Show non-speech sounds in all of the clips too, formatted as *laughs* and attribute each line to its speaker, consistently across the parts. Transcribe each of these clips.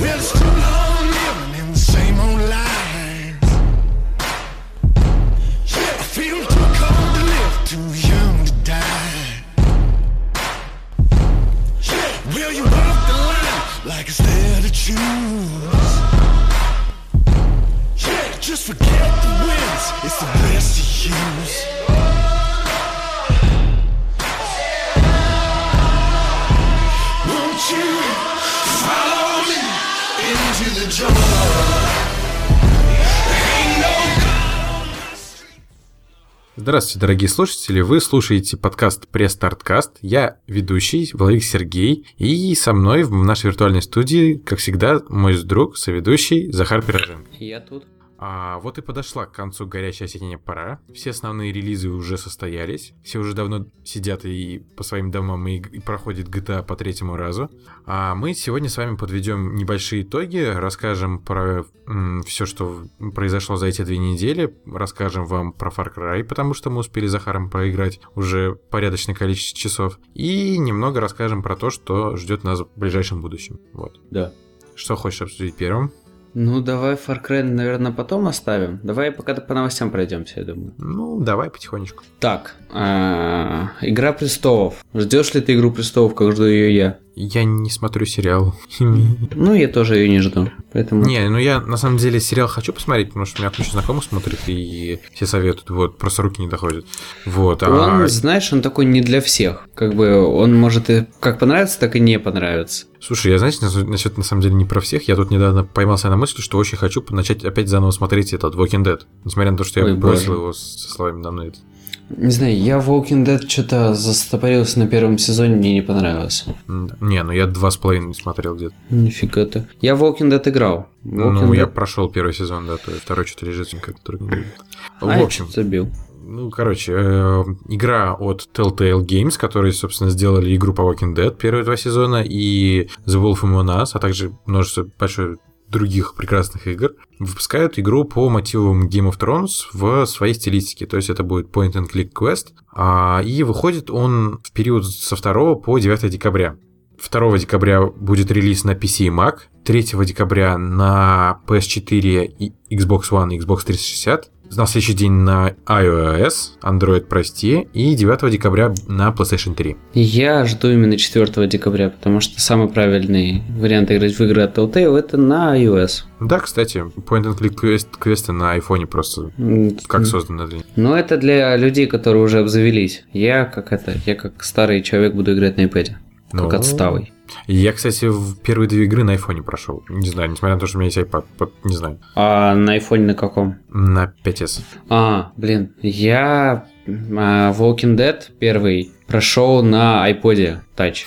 Speaker 1: We're too long living in the same old lies. Yeah, I feel too cold to live, too young to die. Yeah, will you walk the line like it's there to choose? Yeah, just forget the wins, it's the best to use. Won't you follow me into the jungle? Ain't no
Speaker 2: Здравствуйте, дорогие слушатели. Вы слушаете подкаст «Престарткаст». Я ведущий Владимир Сергей. И со мной в нашей виртуальной студии, как всегда, мой друг, соведущий Захар Пироженко.
Speaker 3: Я тут.
Speaker 2: А вот и подошла к концу горячая осенняя пора. Все основные релизы уже состоялись. Все уже давно сидят и по своим домам и, и проходят GTA по третьему разу. А мы сегодня с вами подведем небольшие итоги, расскажем про все, что в- произошло за эти две недели, расскажем вам про Far Cry, потому что мы успели с Захаром проиграть уже порядочное количество часов, и немного расскажем про то, что ждет нас в ближайшем будущем. Вот.
Speaker 3: Да.
Speaker 2: Что хочешь обсудить первым?
Speaker 3: Ну, давай Far Cry, наверное, потом оставим. Давай пока по новостям пройдемся, я думаю.
Speaker 2: Ну, давай потихонечку.
Speaker 3: Так, а, Игра престолов. Ждешь ли ты Игру престолов, как жду ее я?
Speaker 2: Я не смотрю
Speaker 3: *laughs*
Speaker 2: сериал.
Speaker 3: Ну, я тоже ее не жду. Поэтому...
Speaker 2: Не, ну я на самом деле сериал хочу посмотреть, потому что у меня куча знакомых смотрит и все советуют. Вот, просто руки не доходят. Вот, а
Speaker 3: Он, знаешь, он такой не для всех. Как бы он может и как понравиться, так и не понравиться.
Speaker 2: слушай, я знаешь, нас- насчет на самом деле не про всех. Я тут недавно поймался на мысли, что очень хочу начать опять заново смотреть этот Walking Dead. Несмотря на то, что я
Speaker 3: Ой,
Speaker 2: бросил
Speaker 3: боже.
Speaker 2: его со словами на мной.
Speaker 3: Не знаю, я в Walking Dead что-то застопорился на первом сезоне, мне не понравилось.
Speaker 2: М, Не, ну я два с половиной смотрел где-то.
Speaker 3: Нифига ты. Я в Walking Dead играл. Walking
Speaker 2: Ну, я
Speaker 3: Dead-
Speaker 2: прошел первый сезон, да, то есть второй что-то лежит как-то другим.
Speaker 3: А,
Speaker 2: В
Speaker 3: я
Speaker 2: общем,
Speaker 3: чё-то забил.
Speaker 2: Ну, короче, э, игра от Telltale Games, которые, собственно, сделали игру по Walking Dead первые два сезона, и The Wolf Among Us, а также множество большое других прекрасных игр, выпускают игру по мотивам Game of Thrones в своей стилистике. То есть это будет point-and-click квест, а, и выходит он в период со 2 по 9 декабря. 2 декабря будет релиз на PC и Mac, 3 декабря на PS4 и Xbox One и Xbox 360, на следующий день на iOS, Android, прости, и 9 декабря на PlayStation 3.
Speaker 3: Я жду именно 4 декабря, потому что самый правильный вариант играть в игры от Telltale это на iOS.
Speaker 2: Да, кстати, point-and-click квест- квесты на айфоне просто
Speaker 3: М,
Speaker 2: как созданы для них.
Speaker 3: Но это для людей, которые уже обзавелись. Я как это, я как старый человек буду играть на iPad. Как
Speaker 2: Ну,
Speaker 3: отсталый.
Speaker 2: Я, кстати, в первые две игры на айфоне прошел. Не знаю, несмотря на то, что у меня есть iPad, под- не знаю,
Speaker 3: А на iPhone на каком?
Speaker 2: на 5S.
Speaker 3: А, блин, я м, а, Walking Dead первый прошел на iPod
Speaker 2: *laughs*
Speaker 3: Touch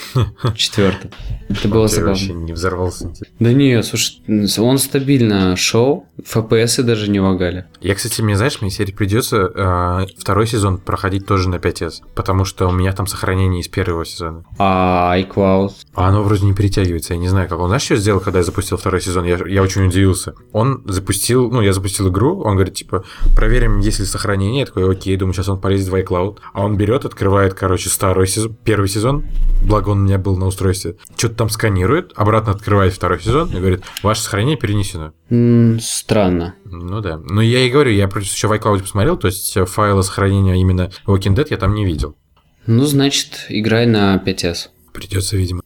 Speaker 3: четвертый. Это было
Speaker 2: Я
Speaker 3: забавно.
Speaker 2: вообще не взорвался.
Speaker 3: Да не, слушай, он стабильно шел, FPS даже не лагали.
Speaker 2: Я, кстати, мне, знаешь, мне теперь придется э, второй сезон проходить тоже на 5С, потому что у меня там сохранение из первого сезона.
Speaker 3: А iCloud?
Speaker 2: А оно вроде не перетягивается, я не знаю, как он. Знаешь, что сделал, когда я запустил второй сезон? Я, я очень удивился. Он запустил, ну, я запустил игру, он говорит, типа, проверим, есть ли сохранение. Я такой, окей, думаю, сейчас он полезет в iCloud. А он берет, открывает, короче, старый сезон, первый сезон, благо он у меня был на устройстве, что-то там сканирует, обратно открывает второй сезон и говорит, ваше сохранение перенесено.
Speaker 3: М, Странно.
Speaker 2: Ну да. Ну я и говорю, я просто еще в iCloud посмотрел, то есть э, файла сохранения именно Walking Dead я там не видел.
Speaker 3: Ну, значит, играй на 5С.
Speaker 2: Придется, видимо.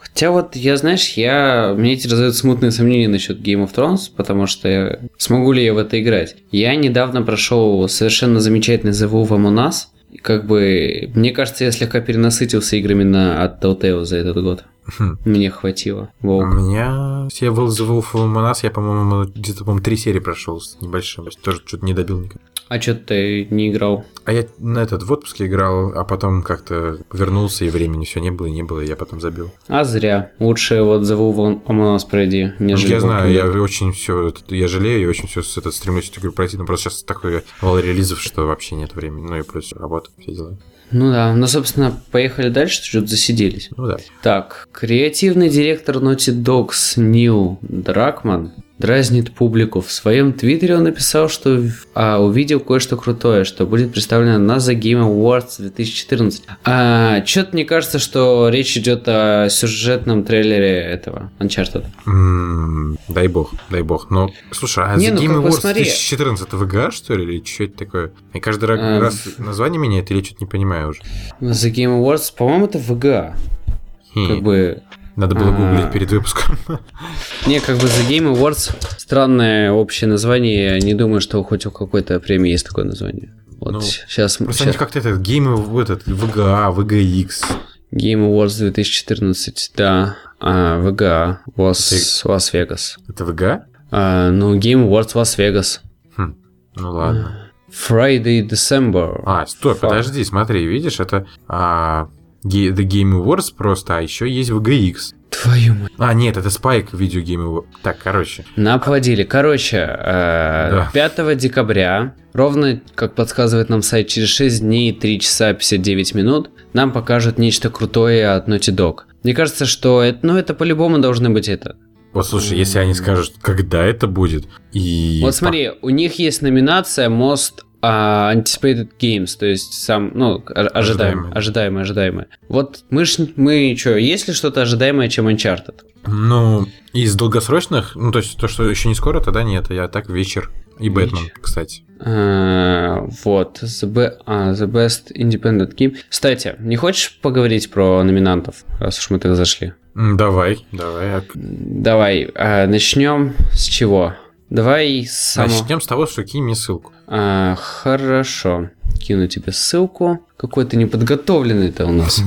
Speaker 3: Хотя вот я, знаешь, я... Мне эти развивают смутные сомнения насчет Game of Thrones, потому что я- смогу ли я в это играть. Я недавно прошел совершенно замечательный The Wolf Among Us. И Как бы, мне кажется, я слегка перенасытился играми на, от Telltale за этот год.
Speaker 2: Хм.
Speaker 3: Мне хватило.
Speaker 2: У
Speaker 3: Волк.
Speaker 2: меня... Я был The Wolf Among Us, я, по-моему, где-то, по-моему, три серии прошел с небольшим. То есть Тоже что-то не добил никак.
Speaker 3: А что ты не играл?
Speaker 2: А я на этот в отпуске играл, а потом как-то вернулся, и времени все не было, и не было, и я потом забил.
Speaker 3: А зря. Лучше вот The Wolf Among Us пройди, нежели...
Speaker 2: Ну, я
Speaker 3: Walking
Speaker 2: знаю, я
Speaker 3: Dead.
Speaker 2: очень все, я жалею, я очень все этот стремлюсь эту игру пройти, но просто сейчас такой вал релизов, что вообще нет времени, ну и плюс работа, все дела.
Speaker 3: Ну да, ну, собственно, поехали дальше, что-то засиделись.
Speaker 2: Ну да.
Speaker 3: Так, креативный директор Naughty Dogs Нил Дракман дразнит публику. В своем твиттере он написал, что в- а, увидел кое-что крутое, что будет представлено на The Game Awards 2014. А, Че-то мне кажется, что речь идет о сюжетном трейлере этого Uncharted.
Speaker 2: М, Дай бог, дай бог. Но, слушай, а
Speaker 3: Не,
Speaker 2: The
Speaker 3: ну,
Speaker 2: Game
Speaker 3: как бы,
Speaker 2: Awards
Speaker 3: смотри.
Speaker 2: 2014 это ВГА, что ли, или что это такое? И каждый ра-
Speaker 3: Эм.
Speaker 2: раз название меняет, или я что-то не понимаю уже.
Speaker 3: The Game Awards, по-моему, это ВГА.
Speaker 2: Хм,
Speaker 3: Как бы
Speaker 2: Надо было
Speaker 3: а.
Speaker 2: гуглить перед выпуском. *laughs*
Speaker 3: Не, как бы The Game Awards странное общее название. Я не думаю, что хоть у какой-то премии есть такое название. Вот
Speaker 2: Ну,
Speaker 3: сейчас,
Speaker 2: Просто они как-то этот гейм, вот этот, ВГА, ВГХ.
Speaker 3: Game Awards 2014, да. А, ВГА, Лас- Лас-Вегас.
Speaker 2: Это ВГА?
Speaker 3: А, ну, Game Awards Лас-Вегас.
Speaker 2: Хм, Ну ладно.
Speaker 3: Friday, December.
Speaker 2: А, стой,
Speaker 3: Фак.
Speaker 2: подожди, смотри, видишь, это а, Ге- The Game Awards просто, а еще есть VGX.
Speaker 3: Твою мать.
Speaker 2: А, нет, это Spike Video Game Awards. Так, короче.
Speaker 3: Наплодили. Короче, э,
Speaker 2: Да.
Speaker 3: 5 декабря, ровно, как подсказывает нам сайт, через 6 дней 3 часа 59 минут, нам покажут нечто крутое от Naughty Dog. Мне кажется, что это, ну, это по-любому должны быть это.
Speaker 2: Вот слушай, если они скажут, когда это будет, и...
Speaker 3: Вот смотри, у них есть номинация Most а, Anticipated Games, то есть сам, ну, о-
Speaker 2: Ожидаемое.
Speaker 3: ожидаемое, ожидаемое, ожидаемое. Вот мы, ж- мы что, есть ли что-то ожидаемое, чем Uncharted?
Speaker 2: Ну, из долгосрочных, ну, то есть то, что еще не скоро, тогда нет, я так вечер. И
Speaker 3: Вечер.
Speaker 2: Бэтмен, кстати.
Speaker 3: А, Вот, the, be- а, the Best Independent Game. Кстати, не хочешь поговорить про номинантов, раз уж мы так зашли?
Speaker 2: М, Давай, давай. а-
Speaker 3: Давай, а, начнем с чего? Давай с самого...
Speaker 2: Начнем с того, что кинь мне ссылку. *laughs*
Speaker 3: А, хорошо, кину тебе ссылку. Какой-то неподготовленный это
Speaker 2: *laughs*
Speaker 3: у нас.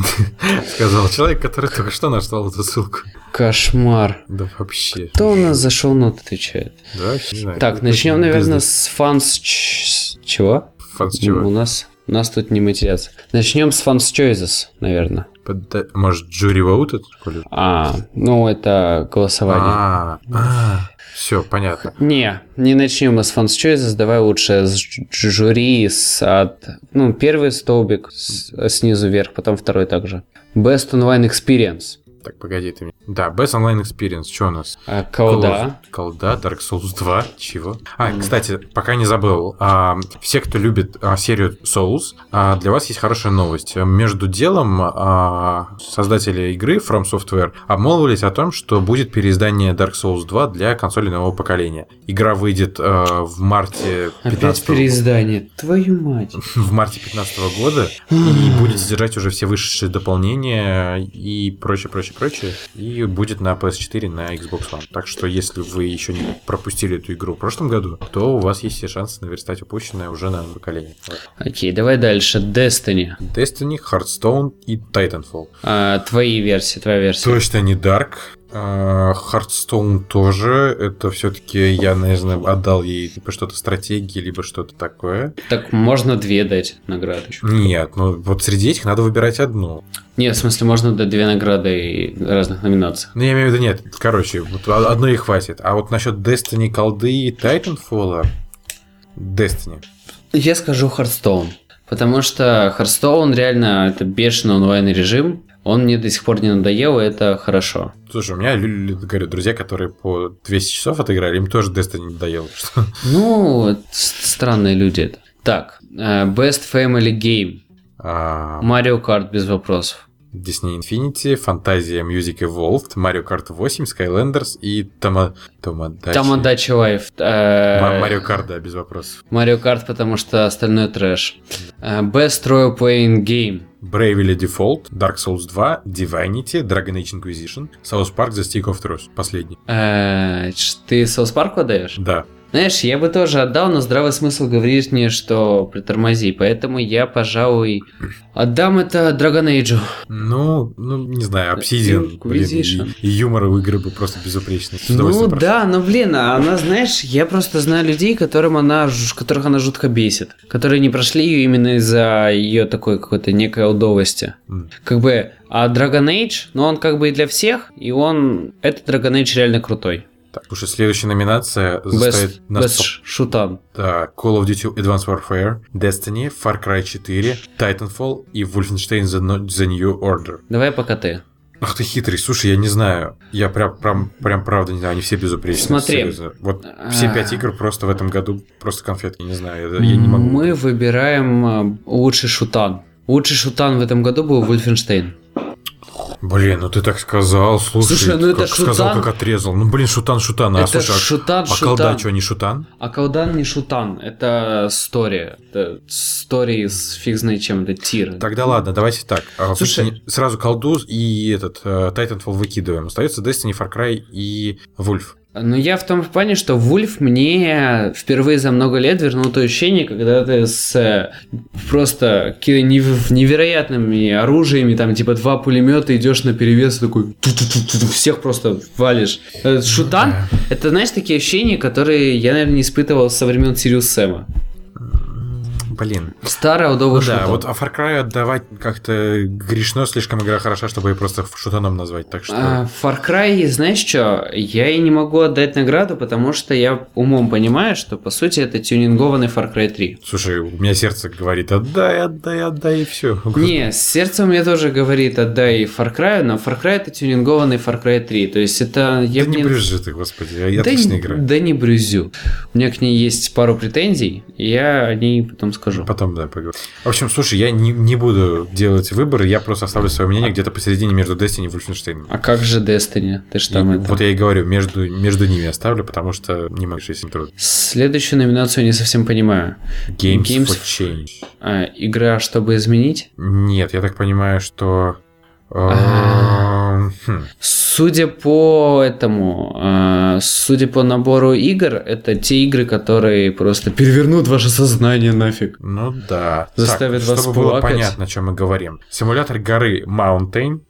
Speaker 2: Сказал человек, который только что нашел эту ссылку.
Speaker 3: Кошмар.
Speaker 2: Да вообще.
Speaker 3: Кто у нас за шоу-нот отвечает?
Speaker 2: Да, вообще не знаю.
Speaker 3: Так, начнем, наверное,
Speaker 2: Бизнес.
Speaker 3: с фанс... ч- с Чего?
Speaker 2: Фан с чего?
Speaker 3: У нас, у нас тут не матерятся. Начнем с фанс Choices, наверное.
Speaker 2: Подда- Может, Джури Воутед?
Speaker 3: А, ну это голосование.
Speaker 2: А, а, все, понятно.
Speaker 3: Не, не начнем мы с фанс Choices, давай лучше с ж- жюри, с от... Ну, первый столбик с- снизу вверх, потом второй также. Best Online Experience.
Speaker 2: Так, погоди ты мне. Да, Best Online Experience, что у нас?
Speaker 3: А, колда.
Speaker 2: Call- Колда, Dark Souls 2, чего? А, кстати, пока не забыл, а, все, кто любит а, серию Souls, а, для вас есть хорошая новость. Между делом а, создатели игры From Software обмолвились о том, что будет переиздание Dark Souls 2 для консолей нового поколения. Игра выйдет а, в марте
Speaker 3: Опять
Speaker 2: 15
Speaker 3: переиздание. Твою мать.
Speaker 2: в марте 2015 года и будет содержать уже все вышедшие дополнения и прочее, прочее, прочее. И будет на PS4, на Xbox One. Так что, если вы еще не пропустили эту игру в прошлом году, то у вас есть все шансы наверстать упущенное уже на поколение.
Speaker 3: Окей, давай дальше. Destiny.
Speaker 2: Destiny, Hearthstone и Titanfall.
Speaker 3: А, твои версии, твоя версия.
Speaker 2: Точно не Dark. А, Hearthstone тоже. Это все-таки я, наверное, отдал ей либо что-то стратегии, либо что-то такое.
Speaker 3: Так можно две дать награды. еще.
Speaker 2: Нет, ну вот среди этих надо выбирать одну.
Speaker 3: Нет, в смысле, можно дать две награды и разных номинациях.
Speaker 2: Ну, я имею в виду, нет, короче, вот о- одной и хватит. А вот насчет Destiny, колды и Titanfall, Destiny.
Speaker 3: Я скажу Hearthstone. Потому что Hearthstone реально это бешеный онлайн-режим. Он мне до сих пор не надоел, и это хорошо.
Speaker 2: Слушай, у меня, лю- лю- говорю, друзья, которые по 200 часов отыграли, им тоже Destiny надоело. Что?
Speaker 3: Ну, с- странные люди это. Так, э, Best Family Game.
Speaker 2: *laughs* А,
Speaker 3: Mario Kart без вопросов.
Speaker 2: Disney Infinity, Fantasia Music Evolved, Mario Kart 8, Skylanders и Тома... Томодачи.
Speaker 3: Тамадачи Лайф.
Speaker 2: Ма-
Speaker 3: Марио
Speaker 2: Марио Карт, да, без вопросов.
Speaker 3: Карт, э, потому что остальное трэш. Э, Best Role Playing Game.
Speaker 2: Bravely Default, Dark Souls 2, Divinity, Dragon Age Inquisition, South Park The Stick of Truth, последний.
Speaker 3: Э, ч- Ты Соус Парку отдаешь?
Speaker 2: Да,
Speaker 3: Знаешь, я бы тоже отдал, но здравый смысл говорит мне, что притормози. Поэтому я, пожалуй, отдам это Dragon Age.
Speaker 2: Ну, ну, не
Speaker 3: Э,
Speaker 2: знаю, Obsidian, блин,
Speaker 3: Inquisition.
Speaker 2: и, и юмор в игры бы просто безупречный. С
Speaker 3: Ну
Speaker 2: удовольствием прошел.
Speaker 3: да, но блин, а она, знаешь, я просто знаю людей, которым она, ж- которых она жутко бесит. Которые не прошли ее именно из-за ее такой какой-то некой алдовости.
Speaker 2: М.
Speaker 3: Как бы, а Dragon Age, ну он как бы и для всех, и он, этот Dragon Age реально крутой.
Speaker 2: так. Слушай, следующая номинация
Speaker 3: Best,
Speaker 2: заставит
Speaker 3: best
Speaker 2: нас...
Speaker 3: sh- Shootan.
Speaker 2: Да, Call of Duty Advanced Warfare, Destiny, Far Cry 4, Titanfall и Wolfenstein The, No- The New Order.
Speaker 3: Давай пока ты.
Speaker 2: Ах ты хитрый, слушай, я не знаю. Я прям, прям, прям правда не знаю, они все безупречные.
Speaker 3: Смотри.
Speaker 2: серьезно. Вот все пять
Speaker 3: А.
Speaker 2: игр просто в этом году просто конфетки, не знаю, я, я не могу.
Speaker 3: Мы выбираем э, лучший шутан. Лучший шутан в этом году был Вольфенштейн.
Speaker 2: Блин, ну ты так сказал, слушай.
Speaker 3: Слушай, ну
Speaker 2: как
Speaker 3: это
Speaker 2: Сказал,
Speaker 3: шутан.
Speaker 2: как отрезал. Ну блин, шутан шутан. А
Speaker 3: это
Speaker 2: слушай, а-
Speaker 3: шутан,
Speaker 2: а
Speaker 3: шутан.
Speaker 2: колда что, не шутан?
Speaker 3: А колдан не шутан, это стори. Это стори с фиг знает чем, это тир.
Speaker 2: Тогда ладно, давайте так. А,
Speaker 3: Ну, Слушай.
Speaker 2: выкинь Сразу колду и этот э, Titanfall выкидываем. Остается Destiny, Far Cry и Вульф.
Speaker 3: Но Ну, я в том плане, что Вульф мне впервые за много лет вернул то ощущение, когда ты с э, просто какими-то нев- невероятными оружиями, там типа два пулемета идешь на перевес, такой ту-ту-ту-ту, всех просто валишь. Э, Шутан, это знаешь такие ощущения, которые я, наверное, не испытывал со времен Сириус Сэма.
Speaker 2: Блин.
Speaker 3: Старый
Speaker 2: Ну
Speaker 3: удобный
Speaker 2: да,
Speaker 3: шутан.
Speaker 2: вот а Far Cry отдавать как-то грешно, слишком игра хороша, чтобы ее просто шутаном назвать. Так что...
Speaker 3: А, Far Cry, знаешь что, я и не могу отдать награду, потому что я умом понимаю, что по сути это тюнингованный Far Cry 3.
Speaker 2: Слушай, у меня сердце говорит, отдай, отдай, отдай, и все.
Speaker 3: Не, сердце мне тоже говорит, отдай Far Cry, но Far Cry это тюнингованный Fар Cry 3. То есть
Speaker 2: Да
Speaker 3: это... Я
Speaker 2: не
Speaker 3: мне-
Speaker 2: брюзжи ты, господи, я
Speaker 3: да,
Speaker 2: отличная
Speaker 3: не-
Speaker 2: игра.
Speaker 3: да не брюзю. У меня к ней есть пару претензий, и я о ней потом скажу.
Speaker 2: Потом, да, поговорим. В общем, слушай, я не, не буду делать выбор, я просто оставлю свое мнение где-то посередине между Destiny и Wolfenstein.
Speaker 3: А как же Destiny? Ты ж
Speaker 2: И
Speaker 3: там это...
Speaker 2: вот я и говорю, между, между ними оставлю, потому что не могу, если трудно.
Speaker 3: Следующую номинацию не совсем понимаю.
Speaker 2: Games,
Speaker 3: Games
Speaker 2: for
Speaker 3: for-
Speaker 2: Change.
Speaker 3: А, игра, чтобы изменить?
Speaker 2: Нет, я так понимаю, что...
Speaker 3: А.
Speaker 2: эм, хм.
Speaker 3: Судя по этому, э, судя по набору игр, это те игры, которые просто перевернут ваше сознание нафиг.
Speaker 2: Ну да.
Speaker 3: Заставит
Speaker 2: Так,
Speaker 3: вас
Speaker 2: чтобы было
Speaker 3: плакать.
Speaker 2: понятно, о чем мы говорим. Симулятор горы
Speaker 3: *laughs*
Speaker 2: Mountain,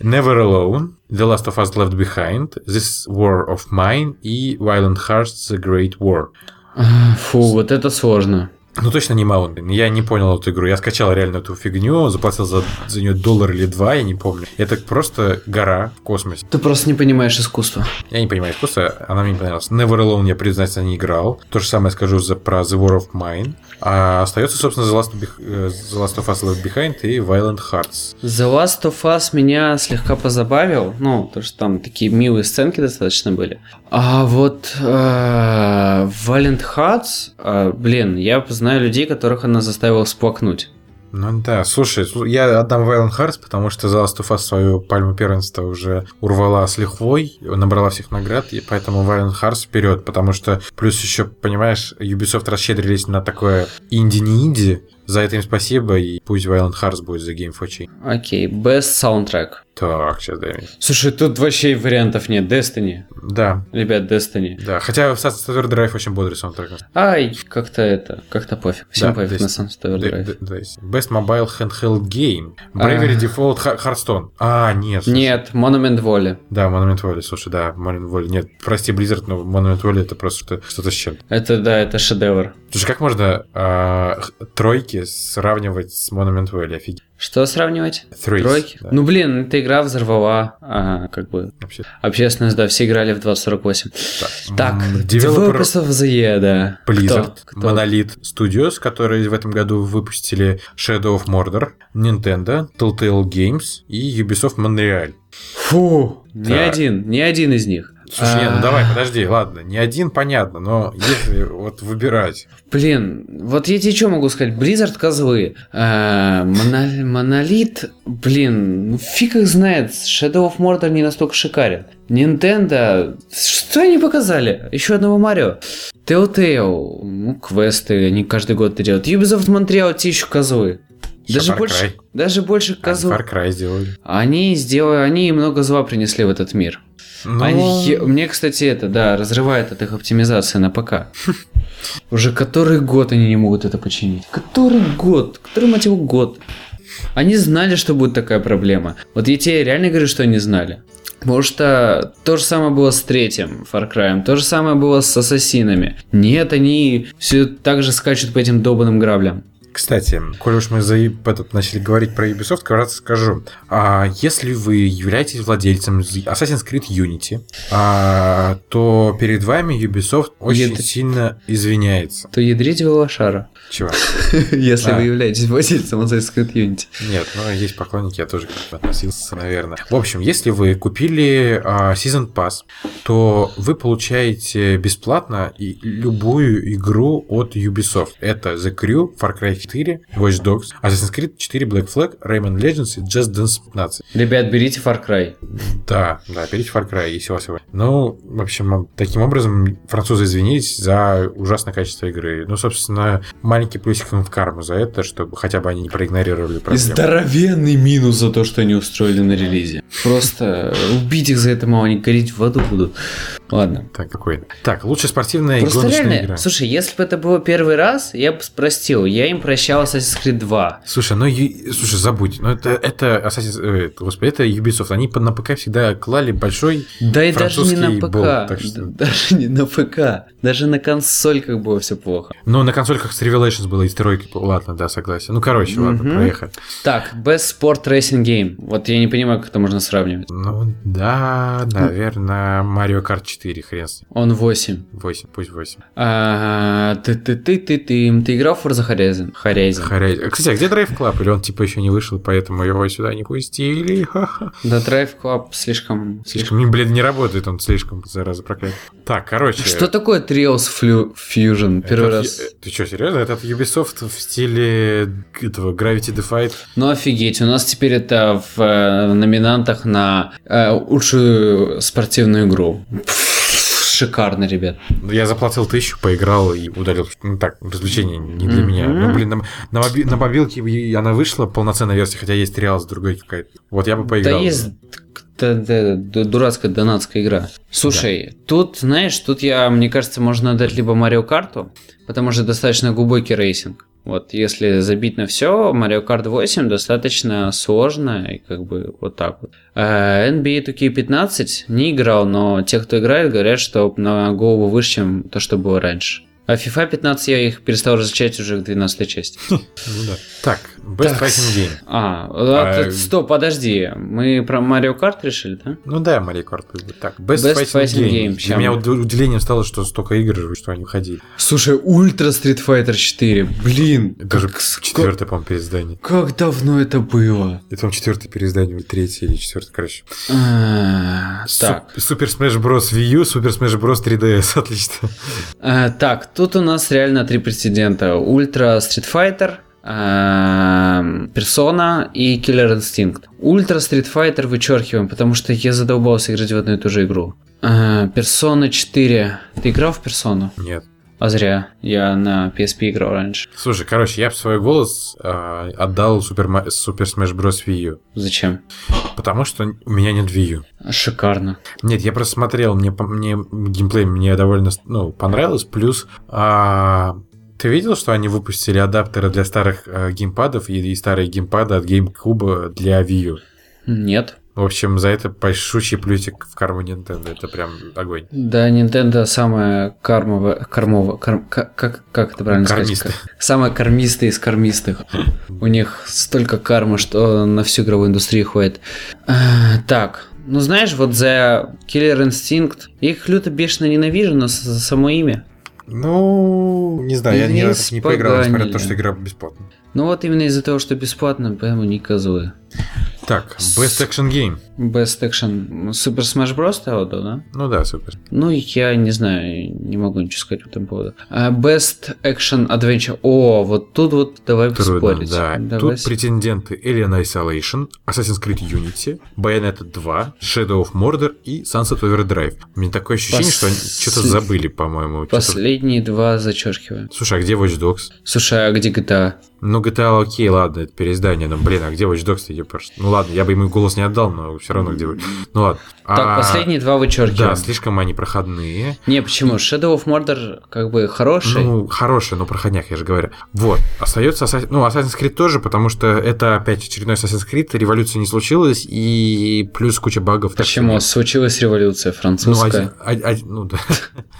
Speaker 2: Never Alone, The Last of Us Left Behind, This War of Mine и Violent Hearts The Great War.
Speaker 3: А, Фу, вот это сложно.
Speaker 2: Ну точно не Mountain. Я не понял эту игру. Я скачал реально эту фигню, заплатил за, за нее доллар или два, я не помню. Это просто гора в космосе.
Speaker 3: Ты просто не понимаешь искусства.
Speaker 2: Я не понимаю искусства, она мне не понравилась. Never Alone я, признаться, не играл. То же самое скажу за, про The War of Mine. А остается, собственно, The Last, of Beh- э, The Last of Us Left Behind и Violent Hearts.
Speaker 3: The Last of Us меня слегка позабавил, ну, то что там такие милые сценки достаточно были. А вот э, Valiant Hearts, э, блин, я знаю людей, которых она заставила всплакнуть.
Speaker 2: Ну да, слушай, слу- я отдам Violent Hearts, потому что The Last of Us свою пальму первенства уже урвала с лихвой, набрала всех наград, и поэтому Violent Hearts вперед, потому что плюс еще, понимаешь, Ubisoft расщедрились на такое инди-не инди, за это им спасибо, и пусть Violent Hearts будет за Game for Change.
Speaker 3: Окей, Best Soundtrack.
Speaker 2: Так, сейчас дай мне.
Speaker 3: Слушай, тут вообще вариантов нет. Destiny.
Speaker 2: Да,
Speaker 3: Ребят, Destiny.
Speaker 2: Да, хотя в Sunset Overdrive очень бодрый саундтрек.
Speaker 3: Ай, как-то это, как-то пофиг. Всем
Speaker 2: Да,
Speaker 3: пофиг
Speaker 2: Destiny.
Speaker 3: на Sunset
Speaker 2: Да,
Speaker 3: Overdrive.
Speaker 2: да, да, есть. Best Mobile Handheld Game. Bravery
Speaker 3: А.
Speaker 2: Default Har- Hearthstone. А, нет. слушай.
Speaker 3: Нет, Monument воли.
Speaker 2: Да, Monument Valley, слушай, да, Monument Valley. Нет, прости, Blizzard, но Monument Valley это просто что- что-то с чем-то.
Speaker 3: Это да, это шедевр.
Speaker 2: Слушай, как можно а, х- тройки сравнивать с Monument Valley? Офигеть.
Speaker 3: Что сравнивать?
Speaker 2: Threes,
Speaker 3: Тройки?
Speaker 2: да.
Speaker 3: Ну блин, эта игра взорвала, а, как бы,
Speaker 2: Вообще.
Speaker 3: общественность, да, все играли в 2048. Так,
Speaker 2: М,
Speaker 3: Developers
Speaker 2: Developer
Speaker 3: of the Year, E, да.
Speaker 2: Blizzard,
Speaker 3: Кто? Кто?
Speaker 2: Monolith Studios, которые в этом году выпустили Shadow of Mordor, Nintendo, Telltale Games и Ubisoft Montreal.
Speaker 3: Фу, ни
Speaker 2: Так.
Speaker 3: один, ни один из них.
Speaker 2: Слушай, не,
Speaker 3: А,
Speaker 2: ну давай, подожди, ладно, не один, понятно, но если вот выбирать,
Speaker 3: Блин, вот я тебе что могу сказать? Blizzard козлы. А, Моно- Монолит, блин, ну фиг их знает. Shadow of Mordor не настолько шикарен. Nintendo, что они показали? Еще одного Марио. Telltale, ну, квесты, они каждый год это делают. Ubisoft Montreal, те еще козлы. Даже
Speaker 2: Far
Speaker 3: больше,
Speaker 2: Cry.
Speaker 3: даже больше
Speaker 2: Козу...
Speaker 3: козлов.
Speaker 2: Far Cry сделали.
Speaker 3: Они сделали, они много зла принесли в этот мир.
Speaker 2: Ну,
Speaker 3: Они- е- мне, кстати, это, да, разрывает от их оптимизации на *laughs* ПК. Уже который год они не могут это починить. Который год? Который, мать его, год? Они знали, что будет такая проблема. Вот я тебе реально говорю, что они знали. Потому что то же самое было с третьим Far Cry, то же самое было с ассасинами. Нет, они все так же скачут по этим долбанным граблям.
Speaker 2: Кстати, коль уж мы за и- этот, начали говорить про Ubisoft, кажется, скажу. А, если вы являетесь владельцем з- Assassin's Creed Unity, а, то перед вами Ubisoft очень
Speaker 3: Ядри-
Speaker 2: сильно извиняется.
Speaker 3: То ядрите А. вы лошара,
Speaker 2: Чего?
Speaker 3: *laughs* если
Speaker 2: Да.
Speaker 3: вы являетесь владельцем Assassin's Creed Unity.
Speaker 2: Нет, ну есть поклонники, я тоже как-то относился, наверное. В общем, если вы купили а, Season Pass, то вы получаете бесплатно и любую игру от Ubisoft. Это The Crew, Far Cry 4, Watch Dogs, Assassin's Creed 4, Black Flag, Rayman Legends и Just Dance 15.
Speaker 3: Ребят, берите Far Cry.
Speaker 2: Да, да, берите Far Cry и всего всего. Ну, в общем, таким образом французы извинились за ужасное качество игры. Ну, собственно, маленький плюсик им в карму за это, чтобы хотя бы они не проигнорировали
Speaker 3: И
Speaker 2: проблему.
Speaker 3: здоровенный минус за то, что они устроили на релизе. Просто убить их за это мало, они гореть в аду будут. Ладно.
Speaker 2: Так, какой? Так, лучшая спортивная и
Speaker 3: Просто
Speaker 2: гоночная
Speaker 3: реально,
Speaker 2: игра.
Speaker 3: слушай, если бы это было первый раз, я бы простил. Я им прощал Assassin's Creed 2.
Speaker 2: Слушай, ну, ю- слушай, забудь. Ну, это, это, Assassin's- э, господи, это Ubisoft. Они по- на ПК всегда клали большой...
Speaker 3: Да и даже не на
Speaker 2: Французский
Speaker 3: ПК.
Speaker 2: был, так что-
Speaker 3: Д- *laughs* Даже не на ПК. Даже на консольках было все плохо.
Speaker 2: Но на консольках с Revelations было и с тройкой. Ладно, да, согласен. Ну, короче, ладно,
Speaker 3: Мгм.
Speaker 2: проехали.
Speaker 3: Так, Best Sport Racing Game. Вот я не понимаю, как это можно сравнивать.
Speaker 2: Ну, да, наверное, Mario Kart 4, хрен с ним.
Speaker 3: Он 8.
Speaker 2: 8, пусть 8.
Speaker 3: ты ты ты ты ты Ты играл в Forza Horizon? Horizon.
Speaker 2: Хоря- Кстати, а где Drive Club? Или он, типа, еще не вышел, поэтому его сюда не пустили? *laughs* Ха-ха.
Speaker 3: Да, Drive Club слишком...
Speaker 2: Слишком, блин, не работает он, слишком, зараза, проклят. Так, короче.
Speaker 3: Что такое Trials Flu- Fusion?
Speaker 2: Это
Speaker 3: Первый
Speaker 2: от
Speaker 3: раз.
Speaker 2: Ю- э, Ты что, серьезно? Это от Ubisoft в стиле г- этого Gravity Defied?
Speaker 3: Ну офигеть, у нас теперь это в э, номинантах на э, лучшую спортивную игру. Пф, Шикарно, ребят.
Speaker 2: Ну, Я заплатил тысячу, поиграл и удалил. потому что, Ну так, развлечение не для
Speaker 3: Мгм.
Speaker 2: меня. Ну, блин, на, м- на моби- на мобилке и она вышла, полноценная версия, хотя есть реал с другой какая-то. Вот я бы поиграл.
Speaker 3: Да есть д- д- д- дурацкая донатская игра. Слушай, тут, знаешь, тут я, мне кажется, можно отдать либо Марио Карту, потому что достаточно глубокий рейсинг. Вот, если забить на все, Mario Kart 8 достаточно сложно, и как бы вот так вот. Э, NBA 2K15 не играл, но те, кто играет, говорят, что на голову выше, чем то, что было раньше. А FIFA 15 я их перестал различать уже к 12 части.
Speaker 2: Ну да. Так, Best
Speaker 3: Так.
Speaker 2: Fighting Game.
Speaker 3: А, а,
Speaker 2: А,
Speaker 3: т- стоп, подожди, мы про Марио Карт решили, да?
Speaker 2: Ну да, Мари Корт. как бы Так, Best,
Speaker 3: Best
Speaker 2: Fighting,
Speaker 3: Fighting Game,
Speaker 2: Game. Для
Speaker 3: чем?
Speaker 2: меня уд- удивлением стало, что столько игр, что они уходили.
Speaker 3: Слушай, Ультра Street Fighter 4, блин,
Speaker 2: Даже
Speaker 3: как, с-
Speaker 2: четвертое, по-моему, переиздание.
Speaker 3: как, как давно это было?
Speaker 2: И там четвертое переиздание, или третье, или четвертое, короче.
Speaker 3: А, так,
Speaker 2: Суп- Супер Smash Bros. Wii U, Супер Smash Bros. 3DS, *laughs* отлично.
Speaker 3: А, так, тут у нас реально три прецедента. Ультра Street Fighter, эм, Персона и Killer Instinct. Ультра Street Fighter вычеркиваем, потому что я задолбался играть в одну и ту же игру. А, Персона 4. Ты играл в Персону?
Speaker 2: Нет.
Speaker 3: А зря. Я на PSP играл раньше.
Speaker 2: Слушай, короче, я бы свой голос а, отдал Супер, Ма- Супер Smash Bros. Wii U,
Speaker 3: Зачем?
Speaker 2: потому что у меня нет Wii U.
Speaker 3: Шикарно.
Speaker 2: Нет, я просто смотрел, мне, по- мне геймплей мне довольно ну, понравилось, плюс... а, ты видел, что они выпустили адаптеры для старых а, геймпадов и, и старые геймпады от GameCube для Wii U?
Speaker 3: Нет.
Speaker 2: В общем, за это большущий плюсик в карму Nintendo. Это прям огонь.
Speaker 3: Да, Nintendo самая кармовая, кормовая, карм- ка- как, как это правильно
Speaker 2: Кармистая.
Speaker 3: сказать? Ка- Самая кармистая из кармистых. У них столько кармы, что на всю игровую индустрию ходит. А, Так, ну знаешь, вот за Killer Instinct, я их люто бешено ненавижу, но с- за само имя.
Speaker 2: Ну, не знаю, я ни разу не поиграл, несмотря на то, что
Speaker 3: Испоганили.
Speaker 2: игра бесплатна.
Speaker 3: Ну вот именно из-за того, что бесплатно, поэтому не козлы.
Speaker 2: Так, Best Action Game.
Speaker 3: Best Action ну, Super Smash Bros. того, да?
Speaker 2: Ну да, супер.
Speaker 3: Ну, я не знаю, не могу ничего сказать по этому поводу. А, Best Action Adventure. О, вот тут вот давай
Speaker 2: Трудно,
Speaker 3: поспорить.
Speaker 2: да.
Speaker 3: Давай
Speaker 2: Тут
Speaker 3: с-
Speaker 2: претенденты Alien Isolation, Assassin's Creed Unity, Bayonetta 2, Shadow of Murder и Sunset Overdrive. У меня такое ощущение,
Speaker 3: Пос-
Speaker 2: что они что-то забыли, по-моему. чё-то-
Speaker 3: Последние два зачеркиваем.
Speaker 2: Слушай, а где Watch Dogs?
Speaker 3: Слушай, а где GTA?
Speaker 2: Ну, GTA, окей, ладно, это переиздание, но, блин, а где Watch Dogs-то, ёпарш? Ну, ладно, я бы ему голос не отдал, но все равно где... вы- Ну, ладно.
Speaker 3: Так,
Speaker 2: А,
Speaker 3: последние два
Speaker 2: Да,
Speaker 3: вычеркиваем.
Speaker 2: слишком они проходные.
Speaker 3: Не, почему? Shadow of Mordor как бы хороший.
Speaker 2: Ну, хорошие, но проходняк, я же говорю. Вот, остается Assassin- ну, Assassin's Creed тоже, потому что это опять очередной Assassin's Creed, революция не случилась, и плюс куча багов. так что
Speaker 3: почему?
Speaker 2: нет.
Speaker 3: Случилась революция
Speaker 2: Ну,
Speaker 3: французская.
Speaker 2: один- а- а- ну, да. *laughs*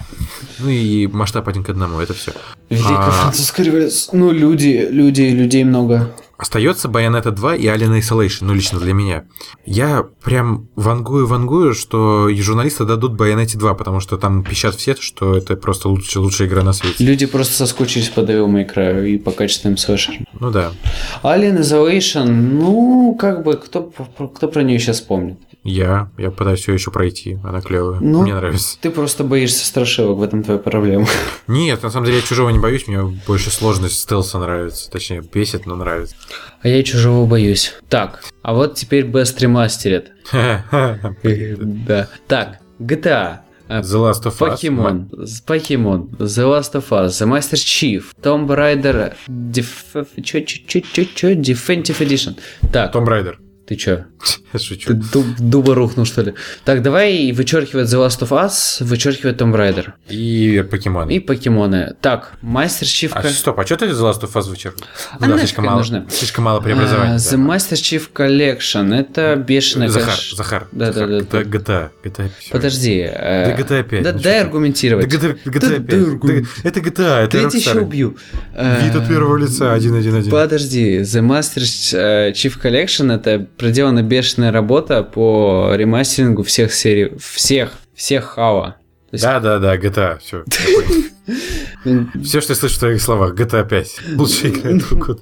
Speaker 2: Ну и масштаб один к одному, это все.
Speaker 3: Великая
Speaker 2: А.
Speaker 3: французская революция. Ну, люди, люди, людей много.
Speaker 2: Остается Bayonetta 2 и Alien Isolation, ну лично для меня. Я прям вангую-вангую, что и журналисты дадут Bayonetta 2, потому что там пищат все, что это просто лучшая, лучшая игра на свете.
Speaker 3: Люди просто соскучились по Devil May Cry и по качественным слэшерам.
Speaker 2: Ну да,
Speaker 3: Alien Isolation, ну, как бы, кто, п- кто про нее сейчас помнит?
Speaker 2: я, я пытаюсь ее еще пройти, она клевая,
Speaker 3: Ну.
Speaker 2: мне нравится.
Speaker 3: Ты просто боишься страшилок, в этом твоя проблема.
Speaker 2: Нет, на самом деле я чужого не боюсь, мне больше сложность стелса нравится, точнее бесит, но нравится.
Speaker 3: А я чужого боюсь. Так, а вот теперь
Speaker 2: *laughs*
Speaker 3: Best Remastered. Да. Так, GTA. э,
Speaker 2: The Last of Us.
Speaker 3: Покемон, С- Покемон, The Last of Us, The Master Chief, Tomb Raider, Def... чё, чё, чё, чё, чё, Definitive Edition. Так,
Speaker 2: Том Райдер.
Speaker 3: ты чё? Ты
Speaker 2: Шучу.
Speaker 3: дуб- дуба рухнул, что ли? Так, давай вычеркивать The Last of Us, вычеркивать Tomb Raider.
Speaker 2: И Покемон.
Speaker 3: И покемоны. Так, Мастер
Speaker 2: А,
Speaker 3: Чифка.
Speaker 2: стоп, а что ты The Last of Us вычеркнул?
Speaker 3: А нафиг
Speaker 2: слишком
Speaker 3: они
Speaker 2: мало,
Speaker 3: нужны?
Speaker 2: слишком мало преобразований. да.
Speaker 3: А, The Master Chief Collection. Это бешеная...
Speaker 2: Захар,
Speaker 3: кош-
Speaker 2: Захар.
Speaker 3: Да,
Speaker 2: Захар,
Speaker 3: да, да,
Speaker 2: GTA, GTA, GTA. А. всё.
Speaker 3: Подожди. э,
Speaker 2: Да GTA опять,
Speaker 3: Да
Speaker 2: ну
Speaker 3: дай
Speaker 2: чё ты?
Speaker 3: аргументировать.
Speaker 2: Да А, GTA,
Speaker 3: Да
Speaker 2: GTA
Speaker 3: дай
Speaker 2: 5.
Speaker 3: аргумент.
Speaker 2: Да, это GTA, это
Speaker 3: Да я тебя еще
Speaker 2: Rockstar.
Speaker 3: убью. Э,
Speaker 2: Вид от первого лица, 1-1-1.
Speaker 3: Подожди, The Master э, Chief Collection это проделана бешеная работа по ремастерингу всех серий, всех, всех Хава. То есть-
Speaker 2: Да, да, да, GTA, все.
Speaker 3: *laughs*
Speaker 2: Все, что я слышу в твоих словах, А GTA 5. Лучшая игра
Speaker 3: *laughs*
Speaker 2: этого года.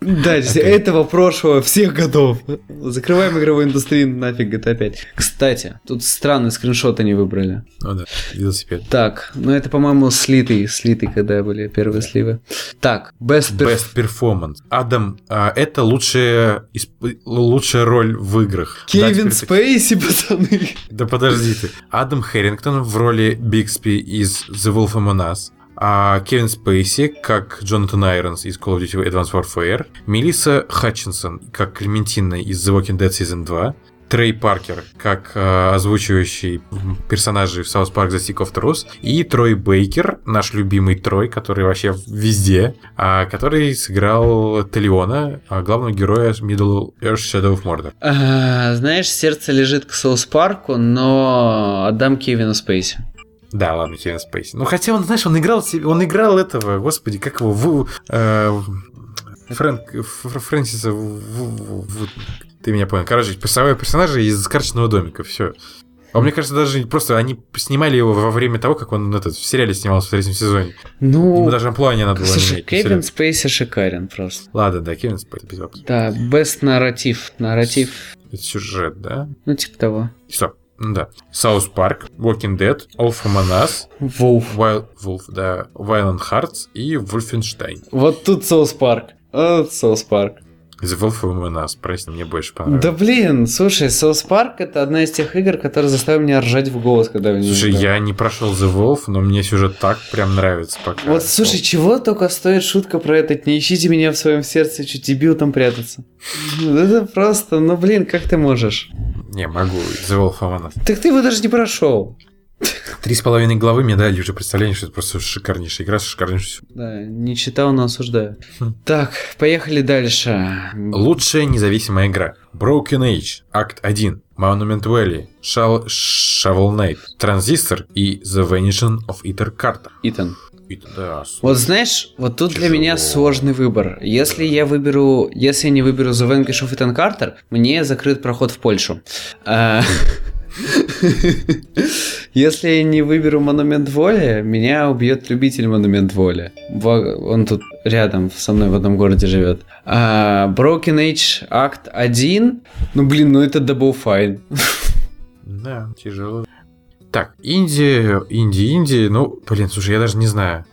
Speaker 3: Да, здесь этого прошлого всех годов. Закрываем игровую индустрию, нафиг GTA 5. Кстати, тут странные скриншоты не выбрали.
Speaker 2: Ну да, велосипед.
Speaker 3: Так, ну это, по-моему, слитый, слитый, когда были первые сливы. Так, Best, Perf-
Speaker 2: Best Performance. Адам, а, это лучшая, исп- лучшая роль в играх. Да, теперь
Speaker 3: Кевин
Speaker 2: ты-
Speaker 3: Спейси, пацаны.
Speaker 2: Да подожди ты. Адам Хэрингтон в роли Бигспи из The Wolf Among Us. А Кевин Спейси как Джонатан Айронс из Call of Duty Advanced Warfare. Мелисса Хатчинсон как Клементина из The Walking Dead Season 2. Трей Паркер как э, озвучивающий м, персонажей в South Park The Sick of Truth. И Трой Бейкер, наш любимый Трой, который вообще везде, а, который сыграл Телеона, а, главного героя Middle Earth Shadow of Mordor.
Speaker 3: А, знаешь, сердце лежит к Соус Парку, но отдам Кевину Спейси.
Speaker 2: Да, ладно, Кевин Спейси. Ну хотя он, знаешь, он играл, себе- он играл этого, господи, как его, Ву- э, Фрэнк, Фр- Фрэнсиса, Ву- Ву- Ву- ты меня понял. Короче, персонажи персонажа из карточного домика, все. А мне кажется, даже просто они снимали его во время того, как он этот, в сериале снимался в третьем сезоне. Ему
Speaker 3: Ну,
Speaker 2: даже амплуа не надо было
Speaker 3: слушай,
Speaker 2: менять, серьёзно.
Speaker 3: Кевин Спейси шикарен просто.
Speaker 2: Ладно, да, Кевин Спейси, без вопросов.
Speaker 3: Да, best нарратив, нарратив,
Speaker 2: Это сюжет, да?
Speaker 3: ну типа того.
Speaker 2: Все, ну да. Саус Парк, Walking Dead, All Among Us,
Speaker 3: Вов.
Speaker 2: Wild Wolf, да, Violent Hearts и Wolfenstein.
Speaker 3: Вот тут Соус Парк. Вот Соус Парк.
Speaker 2: The Wolf Among Us, прости, мне больше понравилось.
Speaker 3: Да блин, слушай, Соус Парк это одна из тех игр, которая заставила меня ржать в голос, когда в неё
Speaker 2: Слушай,
Speaker 3: играл.
Speaker 2: я не прошел The Wolf, но мне сюжет так прям нравится пока.
Speaker 3: Вот слушай, чего только стоит шутка про этот «Не ищите меня в своем сердце, чуть дебил там прятаться». Это просто, ну блин, как ты можешь?
Speaker 2: Не, могу, The Wolf Among Us.
Speaker 3: Так ты его даже не прошел.
Speaker 2: Три с половиной главы мне дали уже представление, что это просто шикарнейшая игра с шикарнейшим...
Speaker 3: Да, не читал, но осуждаю. Так, поехали дальше.
Speaker 2: Лучшая независимая игра. Broken Age, Акт 1, Monument Valley, Shal- Shovel Knight, Transistor и The Vanishing of Ether Carter.
Speaker 3: Итан.
Speaker 2: И да, с-
Speaker 3: Вот знаешь, вот тут для
Speaker 2: Тяжело.
Speaker 3: меня сложный выбор. Если я выберу, если я не выберу The Vanquish of Итан Картер, мне закрыт проход в Польшу. А, *laughs* Если я не выберу Монумент Воли, меня убьет любитель Монумент Воли. Во- Он тут рядом со мной в одном городе живет. А, Broken Age Act 1. Ну блин, ну это Double Fine.
Speaker 2: Ну, Да, тяжело. Так, Индия, Индия, Индия. Ну, блин, слушай, я даже не знаю.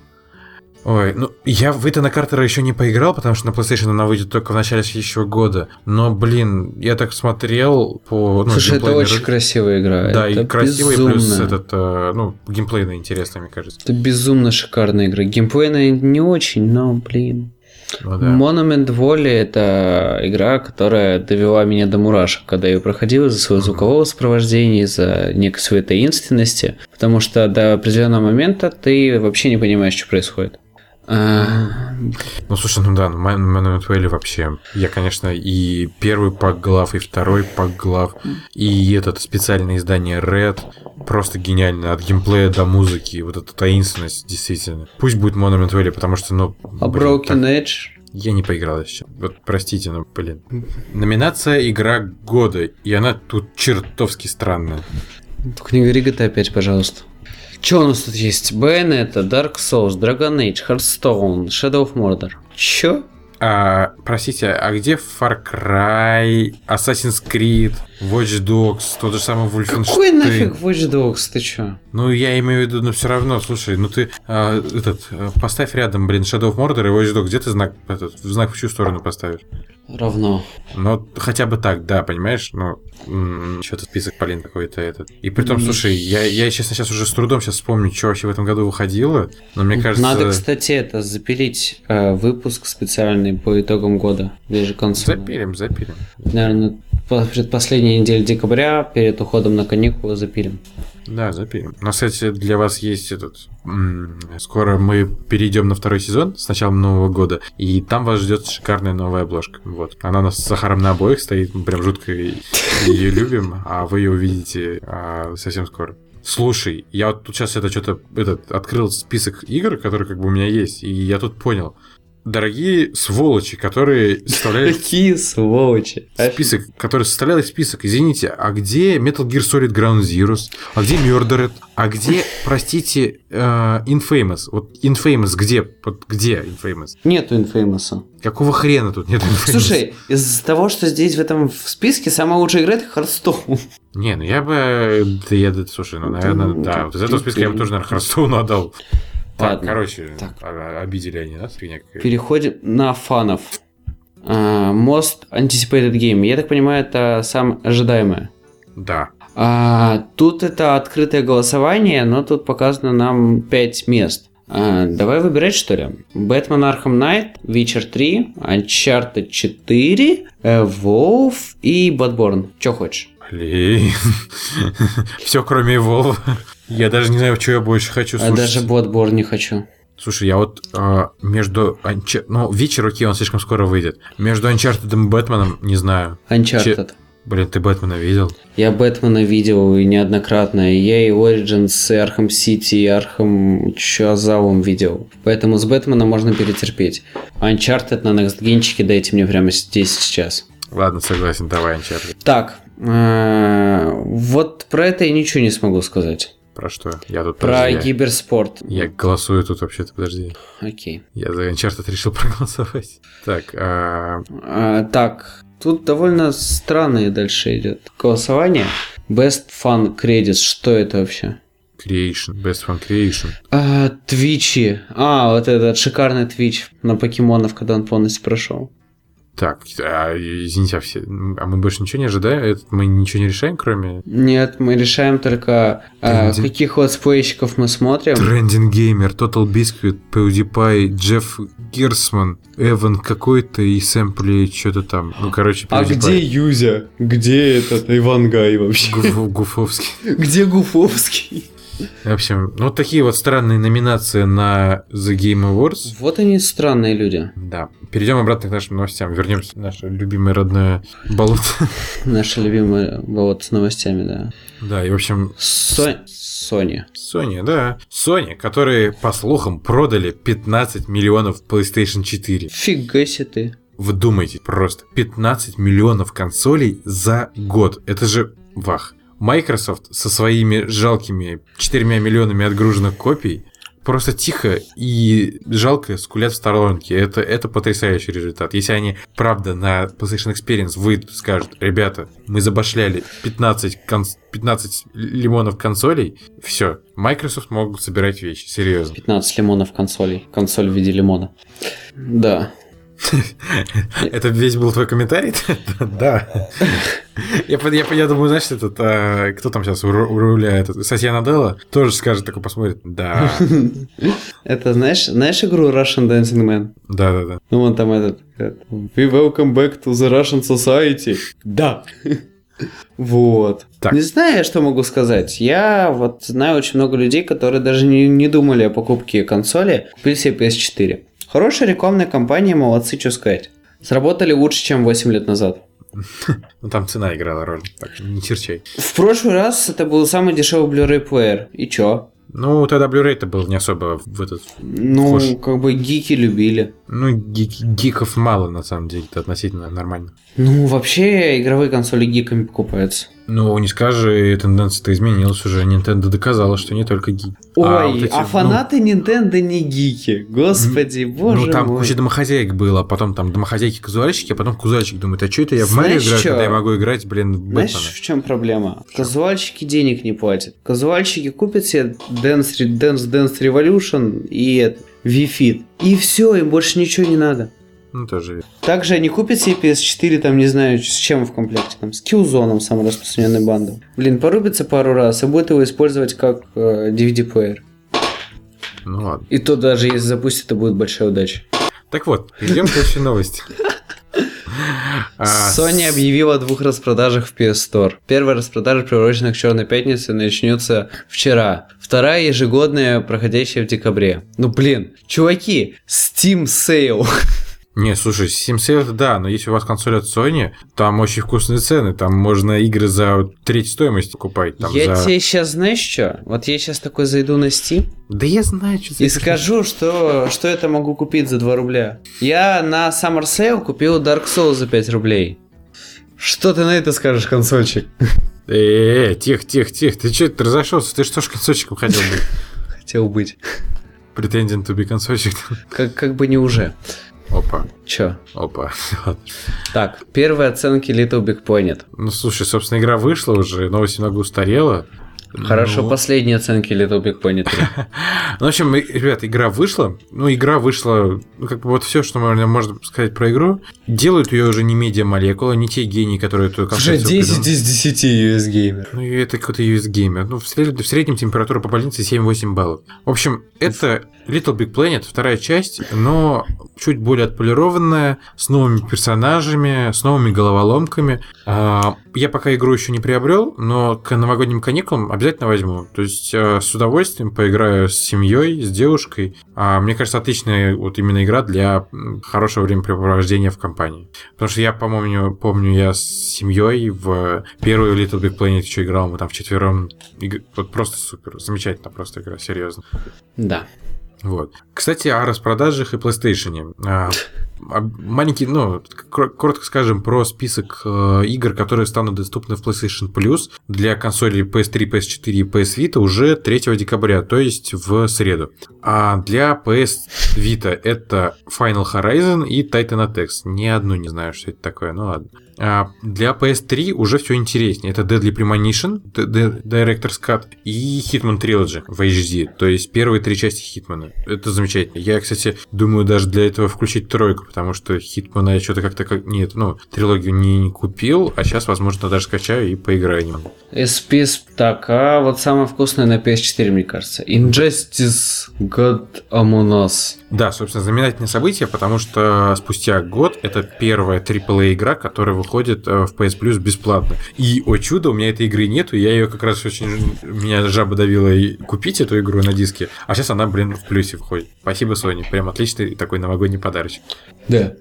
Speaker 2: Ой, ну, я в Итана Картера еще не поиграл, потому что на PlayStation она выйдет только в начале следующего года. Но, блин, я так смотрел по... Ну,
Speaker 3: Слушай, это
Speaker 2: геймплейной
Speaker 3: очень
Speaker 2: ру-
Speaker 3: красивая игра.
Speaker 2: Да, и
Speaker 3: это
Speaker 2: красивый, плюс
Speaker 3: безумно.
Speaker 2: этот, э, ну, геймплейно интересно, мне кажется.
Speaker 3: Это безумно шикарная игра. Геймплейная не очень, но, блин.
Speaker 2: Ну, да.
Speaker 3: Monument Valley — это игра, которая довела меня до мурашек, когда я ее проходил из-за своего звукового сопровождения, из-за некой своей таинственности, потому что до определенного момента ты вообще не понимаешь, что происходит. А,
Speaker 2: Ну, слушай, ну да, ну, Man, Man Without Value вообще. Я, конечно, и первый пак глав, и второй пак глав, и этот специальное издание Red. Просто гениально. От геймплея до музыки. Вот эта таинственность, действительно. Пусть будет Monument Valley, потому что, ну...
Speaker 3: а
Speaker 2: блин, так-
Speaker 3: Broken Edge?
Speaker 2: я не поиграл еще. Вот простите, но, блин. Номинация «Игра года», и она тут чертовски странная.
Speaker 3: Только не говори GTA 5, пожалуйста. Че у нас тут есть? Bayonetta, Dark Souls, Dragon Age, Hearthstone, Shadow of Mordor. Че?
Speaker 2: А, простите, а где Far Cry, Assassin's Creed, Watch Dogs, тот же самый Wolfenstein?
Speaker 3: Какой нафиг Watch Dogs, ты че?
Speaker 2: Ну, я имею в виду, но все равно, слушай, ну ты а, этот, э, поставь рядом, блин, Shadow of Mordor и Watch Dogs, где ты знак, этот, знак в чью сторону поставишь?
Speaker 3: Равно.
Speaker 2: Ну, хотя бы так, да, понимаешь? Ну, что-то список, блин, какой-то этот. И при том,
Speaker 3: Мгм.
Speaker 2: слушай, я, я честно, сейчас уже с трудом сейчас вспомню, что вообще в этом году выходило, но мне кажется...
Speaker 3: Надо, кстати, это запилить э, выпуск специальный по итогам года, ближе к концу.
Speaker 2: Запилим, запилим.
Speaker 3: Наверное, предпоследняя неделя декабря, перед уходом на каникулы запилим.
Speaker 2: Да, запилим. Но, кстати, для вас есть этот... м, Скоро мы перейдем на второй сезон с началом Нового года, и там вас ждет шикарная новая обложка. Вот. Она у нас с сахаром на обоих стоит, мы прям жутко ее любим, а вы ее увидите а, совсем скоро. Слушай, я вот тут сейчас это что-то этот, открыл список игр, которые как бы у меня есть, и я тут понял. Дорогие сволочи, которые составляли
Speaker 3: Какие сволочи.
Speaker 2: список, который составлял их список. Извините, а где Metal Gear Solid Ground Zeroes? А где Murdered? А где, простите, э, Infamous? Вот Infamous где? Вот где Infamous?
Speaker 3: Нету инфеймоса.
Speaker 2: Какого хрена тут нет Infamous?
Speaker 3: Слушай, из того, что здесь в этом в списке, самая лучшая игра это Hearthstone.
Speaker 2: Не, ну я бы... э, Да я, да, слушай, ну, наверное, да. Вот из этого списка я бы тоже, наверное, Hearthstone отдал. Так,
Speaker 3: Ладно,
Speaker 2: короче,
Speaker 3: так.
Speaker 2: а- а- обидели они нас, фигня какая-то.
Speaker 3: Переходим на фанов. А, Most Anticipated Game. Я так понимаю, это сам ожидаемое.
Speaker 2: Да.
Speaker 3: А, тут это открытое голосование, но тут показано нам 5 мест. А, давай выбирать, что ли? Бэтмен Архам Найт, Witcher 3, Uncharted 4, э, WoW и Bloodborne. Че хочешь?
Speaker 2: Блин. *laughs* Все, кроме Вова. Я даже не знаю, чего я больше хочу
Speaker 3: А
Speaker 2: слушать.
Speaker 3: даже Bloodborne не хочу.
Speaker 2: Слушай, я вот а, между... Анча- Ну, вечер, окей, он слишком скоро выйдет. Между Uncharted и Бэтменом, не знаю.
Speaker 3: Uncharted.
Speaker 2: Блин, ты Бэтмена видел?
Speaker 3: Я Бэтмена видел и неоднократно. и Я и Origins, и Архам Сити, и Архам Чуазаум видел. Поэтому с Бэтмена можно перетерпеть. Uncharted на Next Genчике дайте мне прямо здесь сейчас.
Speaker 2: Ладно, согласен, давай Uncharted.
Speaker 3: Так, э, вот про это я ничего не смогу сказать.
Speaker 2: Про что? Я тут...
Speaker 3: Про
Speaker 2: подожди, я-
Speaker 3: киберспорт.
Speaker 2: я голосую тут вообще-то, подожди.
Speaker 3: Окей.
Speaker 2: Я за Uncharted решил *laughs* проголосовать. Так, а,
Speaker 3: А, так, тут довольно странное дальше идет голосование. Best Fun Credits, что это вообще?
Speaker 2: Creation, Best Fun Creation.
Speaker 3: А, Твичи. А, вот этот шикарный Твич на покемонов, когда он полностью прошел.
Speaker 2: Так, а, извините, а, все, а мы больше ничего не ожидаем? Это- мы ничего не решаем, кроме...
Speaker 3: Нет, мы решаем только, а,
Speaker 2: Тренди-
Speaker 3: каких летсплейщиков мы смотрим.
Speaker 2: Трендин Геймер, Total Biscuit, PewDiePie, Джефф Герсман, Эван какой-то и сэмпли что-то там. Ну, короче,
Speaker 3: А
Speaker 2: PewDiePie.
Speaker 3: где Юзя? Где этот Иван Гай вообще? *laughs*
Speaker 2: Гуф- Гуфовский.
Speaker 3: Где Гуфовский?
Speaker 2: В общем, ну вот такие вот странные номинации на The Game Awards.
Speaker 3: Вот они странные люди.
Speaker 2: Да. Перейдем обратно к нашим новостям. Вернемся в наше любимое родное болото. *laughs*
Speaker 3: Наши любимые вот с новостями, да.
Speaker 2: Да, и в общем,
Speaker 3: Со- Sony.
Speaker 2: Sony, да. Sony, которые, по слухам, продали 15 миллионов PlayStation 4.
Speaker 3: Фига себе ты.
Speaker 2: Вдумайтесь, просто 15 миллионов консолей за год. Это же вах. Microsoft со своими жалкими 4 миллионами отгруженных копий просто тихо и жалко скулят в сторонке. Это, это потрясающий результат. Если они, правда, на PlayStation Experience выйдут и скажут, ребята, мы забашляли 15, конс- 15 лимонов консолей, все, Microsoft могут собирать вещи, серьезно.
Speaker 3: 15 лимонов консолей. Консоль в виде лимона. Да.
Speaker 2: Это весь был твой комментарий? *laughs* Да. Я, пон- я, пон- я думаю, знаешь, этот, а, кто там сейчас у ру- у руля, этот, Сатья Наделла, тоже скажет, такой посмотрит,
Speaker 3: *laughs*
Speaker 2: да,
Speaker 3: Это знаешь, знаешь игру Russian Dancing Man?
Speaker 2: да-да-да.
Speaker 3: Ну вон там этот. этот, We welcome back to the Russian society. Да. *laughs* Вот.
Speaker 2: Так.
Speaker 3: Не знаю, я что могу сказать. Я вот знаю очень много людей, которые даже не, не думали о покупке консоли, купили себе PS4. Хорошая рекламная кампания, молодцы, что сказать. Сработали лучше, чем 8 лет назад.
Speaker 2: Ну, там цена играла роль, так что не черчай.
Speaker 3: В прошлый раз это был самый дешевый Blu-ray плеер. И чё?
Speaker 2: Ну, тогда Blu-ray-то был не особо в этот...
Speaker 3: Ну,
Speaker 2: Хуже.
Speaker 3: как бы гики любили.
Speaker 2: Ну, гик- гиков мало, на самом деле, это относительно нормально.
Speaker 3: Ну, вообще, игровые консоли гиками покупаются.
Speaker 2: Ну, не скажи, тенденция-то изменилась уже. Nintendo доказала, что не только гики.
Speaker 3: Ой,
Speaker 2: А
Speaker 3: а,
Speaker 2: вот эти, ну,
Speaker 3: фанаты Nintendo не гики. Господи, боже
Speaker 2: ну, там
Speaker 3: мой.
Speaker 2: куча домохозяек было, а потом там домохозяйки-казуальщики, а потом казуальщик думает, а что это я в
Speaker 3: Знаешь,
Speaker 2: Марио играю,
Speaker 3: чё?
Speaker 2: когда я могу играть, блин, в Бэтмена?
Speaker 3: Знаешь, в чем проблема? Казуальщики денег не платят. Казуальщики купят себе Dance, Re- Dance, Dance Revolution и это, Wii Fit. И все, им больше ничего не надо.
Speaker 2: Ну, тоже верно.
Speaker 3: Также они купят себе PS4, там, не знаю, с чем в комплекте, там, с Killzone, самый распространенный бандл. Блин, порубится пару раз и будет его использовать как э, DVD-плеер.
Speaker 2: Ну, ладно.
Speaker 3: И то даже если запустит, это будет большая удача.
Speaker 2: Так вот, идем к следующей
Speaker 3: *laughs*
Speaker 2: новости. А,
Speaker 3: Sony
Speaker 2: с-
Speaker 3: объявила о двух распродажах в PS Store. Первая распродажа, приуроченная к Черной Пятнице, начнется вчера. Вторая ежегодная, проходящая в декабре. Ну блин, чуваки, Steam Sale.
Speaker 2: Не, слушай, SimSales, да, но если у вас консоль от Sony, там очень вкусные цены, там можно игры за треть стоимости покупать. Там
Speaker 3: я
Speaker 2: за-
Speaker 3: тебе сейчас, знаешь что? Вот я сейчас такой зайду на Steam
Speaker 2: Да я знаю, что за
Speaker 3: и
Speaker 2: игры.
Speaker 3: скажу, что, что это могу купить за 2 рубля. Я на Summer Sale купил Dark Souls за 5 рублей. Что ты на это скажешь, консольчик?
Speaker 2: Э, тихо, тихо, тихо, ты что это разошелся? Ты что ж консольщиком хотел быть? *laughs*
Speaker 3: Хотел быть.
Speaker 2: Pretending to be консольщик.
Speaker 3: Как, как бы не уже.
Speaker 2: *laughs* Опа,
Speaker 3: Чё?
Speaker 2: опа. *laughs* Ладно.
Speaker 3: Так, первые оценки Little Big Planet.
Speaker 2: Ну, слушай, собственно, игра вышла уже, новость немного устарела.
Speaker 3: Хорошо,
Speaker 2: Ну,
Speaker 3: последние оценки Little Big Planet 3.
Speaker 2: Ну, в общем, и- ребят, игра вышла. Ну, игра вышла, ну, как бы вот все, что можно, можно сказать про игру. Делают ее уже не медиа молекула, не те гении, которые эту
Speaker 3: Уже
Speaker 2: концепцию
Speaker 3: 10
Speaker 2: придумали.
Speaker 3: из 10 US Gamer.
Speaker 2: Ну, и это какой-то US геймер. Ну, в, сред- в среднем температура по больнице 7-8 баллов. В общем, это Little Big Planet, вторая часть, но чуть более отполированная, с новыми персонажами, с новыми головоломками. А, я пока игру еще не приобрел, но к новогодним каникулам обязательно возьму. То есть э, с удовольствием поиграю с семьей, с девушкой. А, мне кажется, отличная вот именно игра для м, хорошего времяпрепровождения в компании. Потому что я, по-моему, помню, я с семьей в первую Little Big Planet еще играл, мы там вчетвером. иг- Вот просто супер, замечательно просто игра, серьезно.
Speaker 3: Да.
Speaker 2: Вот. Кстати, о распродажах и PlayStation. А, а, Маленький, ну, кро- коротко скажем про список э, игр, которые станут доступны в PlayStation Plus для консолей PS3, PS4 и PS Vita уже 3 декабря, то есть в среду. А для PS Vita это Final Horizon и Titan Attacks. Ни одну не знаю, что это такое, ну ладно. А для PS3 уже все интереснее. Это Deadly Premonition, Д- Д- Director's Cut и Hitman Trilogy в HD. То есть первые три части Hitman. Это замечательно. Я, кстати, думаю даже для этого включить тройку, потому что Hitman я что-то как-то как... Нет, ну, трилогию не, не купил, а сейчас, возможно, даже скачаю и поиграю немного.
Speaker 3: SPS, так, а вот самое вкусное на PS4, мне кажется. Injustice God Among Us.
Speaker 2: Да, собственно, знаменательное событие, потому что э, спустя год это первая AAA игра, которая выходит э, в PS Plus бесплатно. И, о чудо, у меня этой игры нету, я ее как раз очень... ж- Меня жаба давила и купить эту игру на диске, а сейчас она, блин, в плюсе входит. Спасибо, Sony, прям отличный такой новогодний подарочек.
Speaker 3: Да.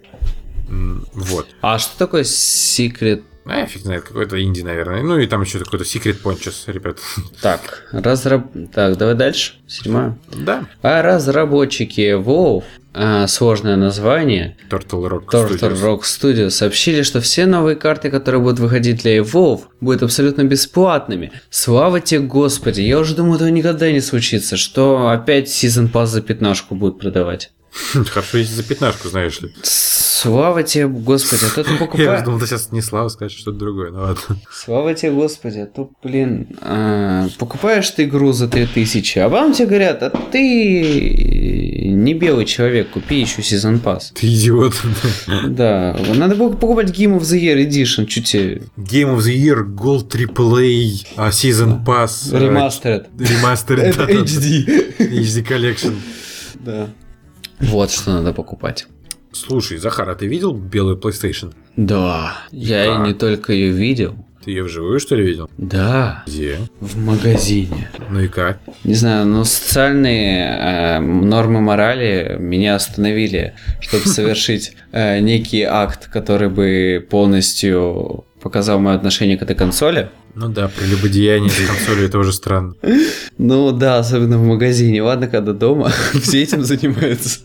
Speaker 2: М, Вот.
Speaker 3: А что такое Secret?
Speaker 2: А я фиг знает, какой-то инди, наверное. Ну и там еще какой-то секрет пончес, ребят. *laughs*
Speaker 3: Так, разраб... Так, давай дальше. Седьмая.
Speaker 2: Да,
Speaker 3: А разработчики WoW, а, сложное название,
Speaker 2: Turtle Rock
Speaker 3: Turtle
Speaker 2: Studios.
Speaker 3: Rock Studio сообщили, что все новые карты, которые будут выходить для Evolve, будут абсолютно бесплатными. Слава тебе, Господи, я уже думал, этого никогда не случится, что опять Season Pass за пятнашку будут продавать.
Speaker 2: *laughs* Хорошо, если за пятнашку, знаешь ли.
Speaker 3: Слава тебе, Господи, а то
Speaker 2: *laughs*
Speaker 3: ты
Speaker 2: Я
Speaker 3: покупаешь...
Speaker 2: уже думал, ты сейчас не Слава скажешь что-то другое, ну ладно.
Speaker 3: Слава тебе, Господи, а то, блин, а, покупаешь ты игру за 3000, а вам тебе говорят, а ты не белый человек, купи еще
Speaker 2: *laughs*
Speaker 3: Season Pass.
Speaker 2: Ты идиот.
Speaker 3: Да, надо было покупать Game of the Year Edition, чуть тебе
Speaker 2: Game of the Year, Gold AAA, а, Season Pass, э,
Speaker 3: ремастеред.
Speaker 2: ремастер,
Speaker 3: Это
Speaker 2: да-да-да.
Speaker 3: HD.
Speaker 2: HD Collection.
Speaker 3: Да. Вот что надо покупать.
Speaker 2: Слушай, Захар, а ты видел белую PlayStation?
Speaker 3: Да. Я и
Speaker 2: Как?
Speaker 3: не только ее видел.
Speaker 2: Ты ее вживую, что ли, видел?
Speaker 3: Да,
Speaker 2: Где?
Speaker 3: в магазине.
Speaker 2: Ну и как?
Speaker 3: Не знаю, но социальные э, нормы морали меня остановили, *laughs* чтобы совершить э, некий акт, который бы полностью показал мое отношение к этой консоли.
Speaker 2: Ну да, прелюбодеяние этой консоли это уже странно.
Speaker 3: Ну да, особенно в магазине. Ладно, когда дома *laughs* все этим занимаются.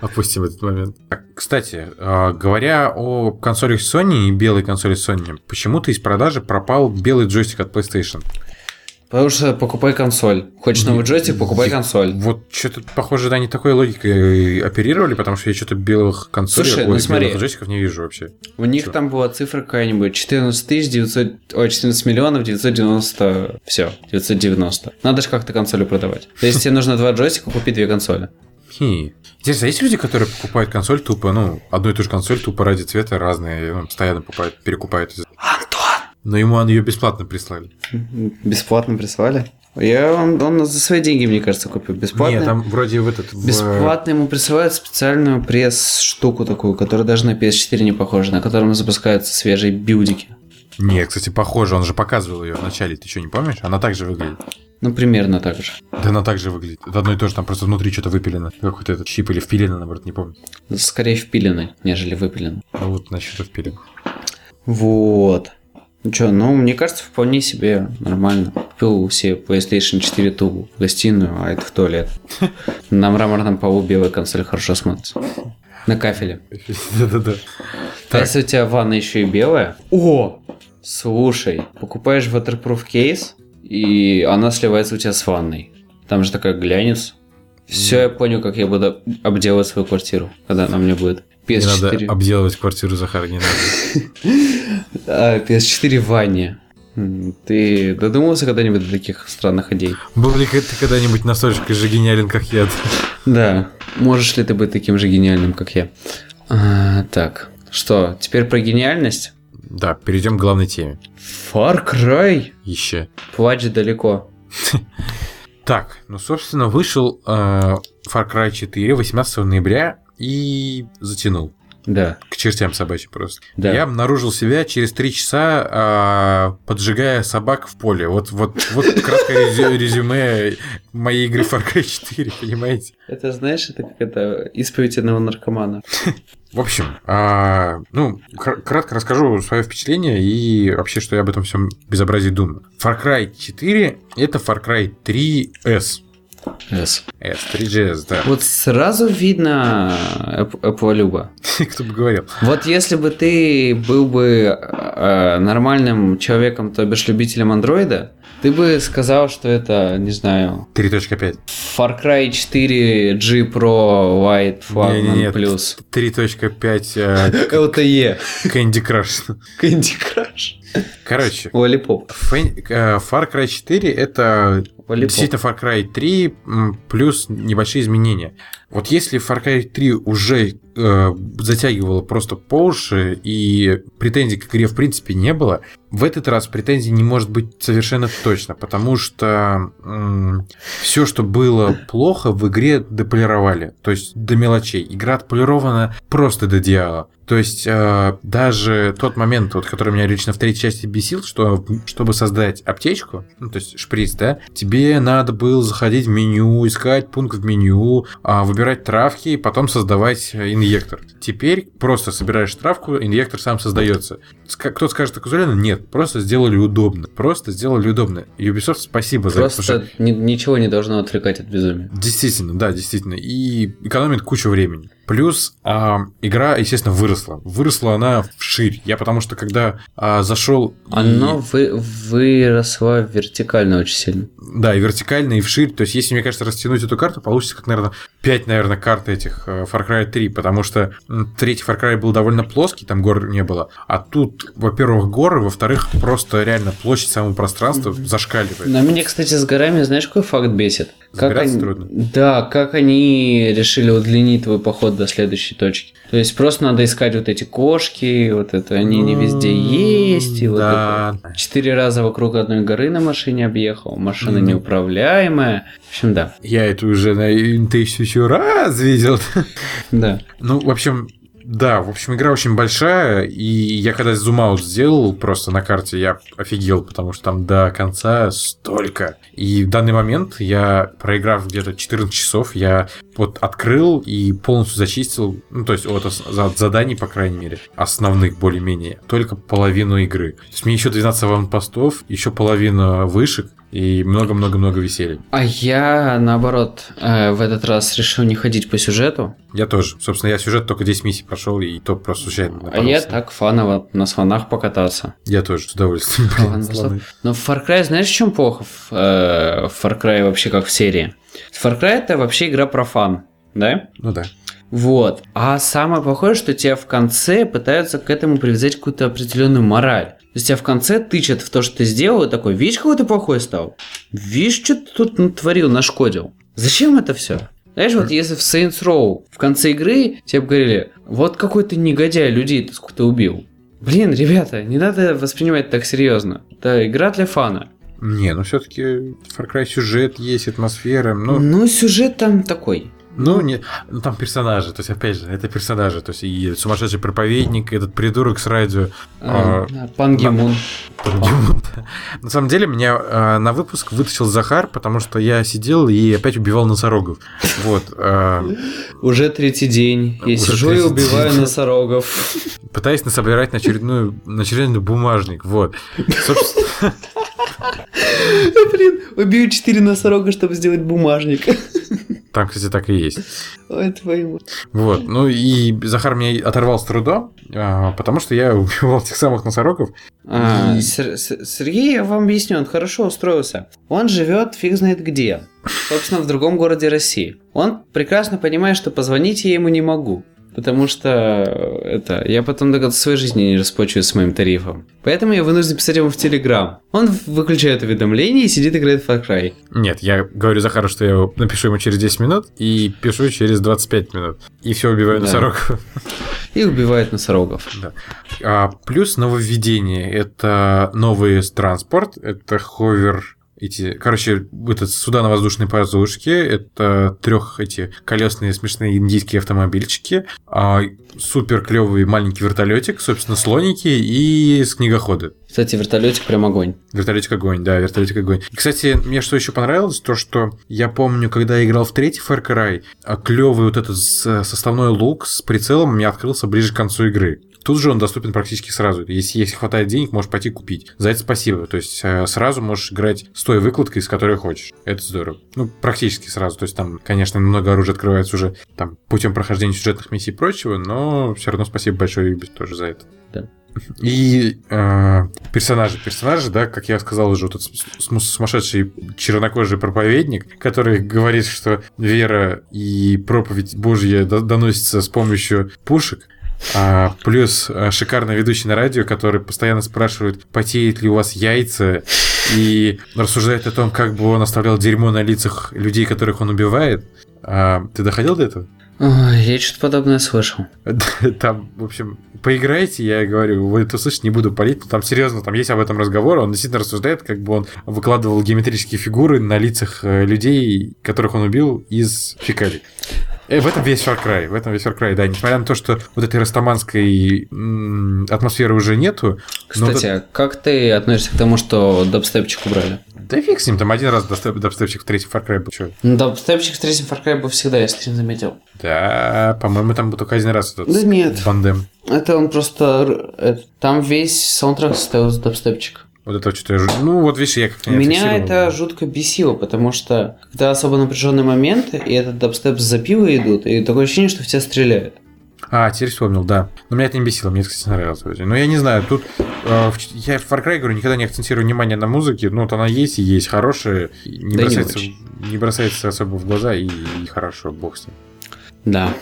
Speaker 2: Опустим этот момент. Так, Кстати, а, говоря о консолях Sony и белой консоли Sony, почему-то из продажи пропал белый джойстик от PlayStation.
Speaker 3: Потому что покупай консоль. Хочешь новый джойстик, покупай консоль.
Speaker 2: Вот что-то, похоже, да, не такой логикой э, оперировали, потому что я что-то белых консолей,
Speaker 3: Слушай,
Speaker 2: ой,
Speaker 3: ну
Speaker 2: белых
Speaker 3: смотри.
Speaker 2: джойстиков не вижу вообще.
Speaker 3: У них
Speaker 2: Чё?
Speaker 3: там была цифра какая-нибудь 14 тысяч 900... Ой, 14 миллионов 990... Все, 990. Надо же как-то консоли продавать. То есть тебе нужно два джойстика, купи две консоли.
Speaker 2: Хи. Интересно, а есть люди, которые покупают консоль тупо, ну, одну и ту же консоль тупо ради цвета разные, ну, постоянно покупают, перекупают.
Speaker 3: Антон!
Speaker 2: Но ему ее бесплатно прислали.
Speaker 3: Бесплатно прислали? Я, он, он за свои деньги, мне кажется, купил. Бесплатно.
Speaker 2: Не, там э, вроде в этот... в-
Speaker 3: Бесплатно ему присылают специальную пресс-штуку такую, которая даже на PS4 не похожа, на котором запускаются свежие билдики.
Speaker 2: Не, кстати, похоже, он же показывал ее вначале, ты что, не помнишь? Она так же выглядит.
Speaker 3: Ну, примерно так же.
Speaker 2: Да она так же выглядит. Это одно и то же, там просто внутри что-то выпилено. Какой-то этот чип или впилено, наоборот, не помню.
Speaker 3: Скорее впилены, нежели выпилены.
Speaker 2: Ну вот, насчет впилено.
Speaker 3: Вот. Ну что, ну, мне кажется, вполне себе нормально. Купил себе PlayStation 4 ту в гостиную, а это в туалет. На мраморном полу белая консоль хорошо смотрится. На кафеле.
Speaker 2: *laughs* Да-да-да.
Speaker 3: А если у тебя ванна еще и белая? О! Слушай, покупаешь waterproof кейс, и она сливается у тебя с ванной. Там же такая глянец. Все, я понял, как я буду обделывать свою квартиру, когда она у меня будет.
Speaker 2: Не
Speaker 3: PS4.
Speaker 2: надо обделывать квартиру Захара, не надо.
Speaker 3: А, PS4 в ванне. М, Ты додумался когда-нибудь до таких странных идей?
Speaker 2: Был ли ты когда-нибудь настолько же гениален, как я?
Speaker 3: Да. Можешь ли ты быть таким же гениальным, как я? А, так. Что, теперь про гениальность?
Speaker 2: Да, перейдем к главной теме.
Speaker 3: Far Cry?
Speaker 2: Еще.
Speaker 3: Плачь далеко.
Speaker 2: Так, ну, собственно, вышел э, Far Cry 4 18 ноября и затянул.
Speaker 3: Да.
Speaker 2: К чертям собачьим просто.
Speaker 3: Да.
Speaker 2: Я обнаружил себя через три часа, а, поджигая собак в поле. Вот, вот, вот краткое резю- резюме моей игры Far Cry 4, понимаете?
Speaker 3: Это, знаешь, это как это исповедь одного наркомана.
Speaker 2: В общем, а, ну, кр- кратко расскажу свое впечатление и вообще, что я об этом всем безобразии думаю. Far Cry 4 это Far Cry 3S. S, 3GS, да. *laughs*
Speaker 3: Вот сразу видно Эплолюба.
Speaker 2: Кто бы говорил.
Speaker 3: Вот если бы ты был бы э, нормальным человеком, то бишь любителем андроида, ты бы сказал, что это, не знаю,
Speaker 2: 3.5.
Speaker 3: Far Cry 4 G Pro White
Speaker 2: Не-не-не,
Speaker 3: Flagman Plus.
Speaker 2: *laughs* 3.5
Speaker 3: LTE.
Speaker 2: э, Candy Crush. *laughs*
Speaker 3: Candy Crush.
Speaker 2: Короче,
Speaker 3: Lollipop.
Speaker 2: Фэн- э, Far Cry 4 это
Speaker 3: Lollipop.
Speaker 2: действительно Far Cry 3 м, плюс небольшие изменения. Вот если Far Cry 3 уже э, затягивало просто по уши и претензий к игре в принципе не было, в этот раз претензий не может быть совершенно точно, потому что все, что было плохо, в игре дополировали, то есть до мелочей. Игра отполирована просто до дьявола. То есть э, даже тот момент, вот, который меня лично в третьей части бесил, что чтобы создать аптечку, ну, то есть шприц, да, тебе надо было заходить в меню, искать пункт в меню, а, выбирать травки и потом создавать э, инъектор. Теперь просто собираешь травку, инъектор сам создается. Ска- Кто скажет Акузуляну? Нет, просто сделали удобно. Просто сделали удобно. Ubisoft спасибо за это. потому что
Speaker 3: Просто ни- ничего не должно отвлекать от безумия.
Speaker 2: Действительно, да, действительно. И экономит кучу времени. Плюс а, игра, естественно, выросла. Выросла она вширь. Я потому что когда а, зашел... и-
Speaker 3: Оно вы, выросло вертикально очень сильно.
Speaker 2: Да, и вертикально, и вширь. То есть, если, мне кажется, растянуть эту карту, получится, как, наверное, 5, наверное, карт этих э, Far Cry 3, потому что м, третий Far Cry был довольно плоский, там гор не было. А тут, во-первых, горы, во-вторых, просто реально площадь самого пространства зашкаливает.
Speaker 3: На меня, кстати, с горами, знаешь, какой факт бесит?
Speaker 2: Забираться
Speaker 3: они-
Speaker 2: трудно.
Speaker 3: Да, как они решили удлинить твой поход до следующей точки. То есть просто надо искать вот эти кошки, вот это, они не везде есть, и вот это.
Speaker 2: да.
Speaker 3: Четыре раза вокруг одной горы на машине объехал, машина
Speaker 2: Мгм.
Speaker 3: неуправляемая. В общем,
Speaker 2: *laughs*
Speaker 3: да,
Speaker 2: Я это уже на тысячу раз видел.
Speaker 3: да.
Speaker 2: Ну, в общем, Да, в общем, игра очень большая, и я когда зум-аут сделал просто на карте, я офигел, потому что там до конца столько. И в данный момент я, проиграв где-то 14 часов, я вот открыл и полностью зачистил, ну, то есть от, ос- за- от заданий, по крайней мере, основных более-менее, только половину игры. То есть мне еще 12 аванпостов, еще половина вышек и много-много-много веселья.
Speaker 3: А я, наоборот, э, в этот раз решил не ходить по сюжету.
Speaker 2: Я тоже. Собственно, я сюжет только 10 миссий прошел, и то просто случайно
Speaker 3: А
Speaker 2: напоролся.
Speaker 3: я так фаново на слонах покататься.
Speaker 2: Я тоже, с удовольствием. блин,
Speaker 3: Ладно,
Speaker 2: слоны.
Speaker 3: Но в Far Cry знаешь, в чем плохо? В, э, в Far Cry вообще как в серии. Far Cry это вообще игра про фан, да?
Speaker 2: Ну да.
Speaker 3: Вот. А самое плохое, что тебя в конце пытаются к этому привязать какую-то определенную мораль. То есть тебя в конце тычат в то, что ты сделал, и такой, видишь, какой ты плохой стал? Видишь, что ты тут натворил, нашкодил? Зачем это все? Знаешь, вот если в Saints Row в конце игры тебе бы говорили, вот какой ты негодяй людей, ты сколько ты убил. Блин, ребята, не надо воспринимать так серьезно. Это игра для фана.
Speaker 2: Не, ну все-таки Far Cry сюжет есть, атмосфера, ну,
Speaker 3: Ну, сюжет там такой.
Speaker 2: ну, не, ну там персонажи, то есть опять же, это персонажи, то есть и сумасшедший проповедник, и этот придурок с радио. А,
Speaker 3: А, да, Пан
Speaker 2: да.
Speaker 3: Гимун.
Speaker 2: там, где он. *laughs* На самом деле меня а, на выпуск вытащил Захар, потому что я сидел и опять убивал носорогов. Вот. а,
Speaker 3: Уже третий день. Я
Speaker 2: Уже
Speaker 3: сижу и
Speaker 2: третий
Speaker 3: убиваю
Speaker 2: день.
Speaker 3: носорогов.
Speaker 2: пытаясь насобирать на очередную, на очередной бумажник. Вот. Собственно,
Speaker 3: *laughs* Блин, убью четыре носорога, чтобы сделать бумажник. *laughs*
Speaker 2: там, кстати, так и есть.
Speaker 3: Ой, твою
Speaker 2: Вот, ну и Захар меня оторвал с трудом, а, потому что я *laughs* убивал тех самых носорогов. И-
Speaker 3: А, Сергей, я вам объясню, он хорошо устроился. Он живет фиг знает где. Собственно, в другом городе России. Он прекрасно понимает, что позвонить я ему не могу. Потому что э, это я потом до конца своей жизни не расплачиваюсь с моим тарифом. Поэтому я вынужден писать ему в Телеграм. Он в- выключает уведомления и сидит и играет в Far Cry.
Speaker 2: Нет, я говорю Захару, что я напишу ему через 10 минут и пишу через 25 минут. И все, убиваю
Speaker 3: Да.
Speaker 2: носорогов. *laughs*
Speaker 3: И убивает носорогов.
Speaker 2: А, плюс нововведение. Это новый транспорт, это ховер... Эти, короче, это суда на воздушной подушке, это трех эти колесные смешные индийские автомобильчики, а, супер клевый маленький вертолетик, собственно, слоники и с книгоходы.
Speaker 3: Кстати, вертолетик прям огонь.
Speaker 2: Вертолетик огонь, да, вертолетик огонь. И, Кстати, мне что еще понравилось, то что я помню, когда я играл в третий Far Cry, клевый вот этот с- э, составной лук с прицелом у меня открылся ближе к концу игры. Тут же он доступен практически сразу. Если, если хватает денег, можешь пойти купить. За это спасибо. То есть э, сразу можешь играть с той выкладкой, с которой хочешь. Это здорово. Ну, практически сразу. То есть там, конечно, много оружия открывается уже там путем прохождения сюжетных миссий и прочего, но все равно спасибо большое Ubisoft тоже за это.
Speaker 3: Да.
Speaker 2: И э, персонажи, персонажи, да, как я сказал уже, вот этот см- сумасшедший чернокожий проповедник, который говорит, что вера и проповедь Божья до- доносится с помощью пушек, а, плюс а, шикарный ведущий на радио, который постоянно спрашивает, потеет ли у вас яйца, и рассуждает о том, как бы он оставлял дерьмо на лицах людей, которых он убивает. А, ты доходил до этого?
Speaker 3: Ой, А, я что-то подобное слышал.
Speaker 2: *laughs* Там, в общем, поиграйте, я говорю, вы это услышите, не буду палить, но там серьезно, там есть об этом разговор, он действительно рассуждает, как бы он выкладывал геометрические фигуры на лицах э, людей, которых он убил, из фекалий. Э, В этом весь Far Cry, в этом весь Far Cry, да, несмотря на то, что вот этой растаманской м, атмосферы уже нету, но вот
Speaker 3: Кстати, а как ты относишься к тому, что дабстепчик убрали?
Speaker 2: Да фиг с ним, там один раз дабстеп- дабстепчик в третьем Far Cry был. чё.
Speaker 3: Ну, дабстепчик в третьем Far Cry был всегда, если ты не заметил.
Speaker 2: Да, по-моему, там был только один раз этот
Speaker 3: Да нет.
Speaker 2: бандем.
Speaker 3: Это он просто... р- это- там весь саундтрек состоял из дабстепчика.
Speaker 2: Вот это что-то... я жу- Ну, вот видишь, я как-то не
Speaker 3: Меня
Speaker 2: отфиксировал.
Speaker 3: это жутко бесило, потому что когда особо напряженный момент, и этот дабстеп с запивы идут, и такое ощущение, что в тебя стреляют.
Speaker 2: А, теперь вспомнил, да. Но меня это не бесило, мне это, кстати, нравилось. вроде. Но я не знаю, тут... э, в ч- я в Far Cry, говорю, никогда не акцентирую внимание на музыке. Ну, вот она есть и есть, хорошая. и Не,
Speaker 3: Да не
Speaker 2: бросается,
Speaker 3: очень.
Speaker 2: не бросается особо в глаза, и, и хорошо, бог с ним.
Speaker 3: Да.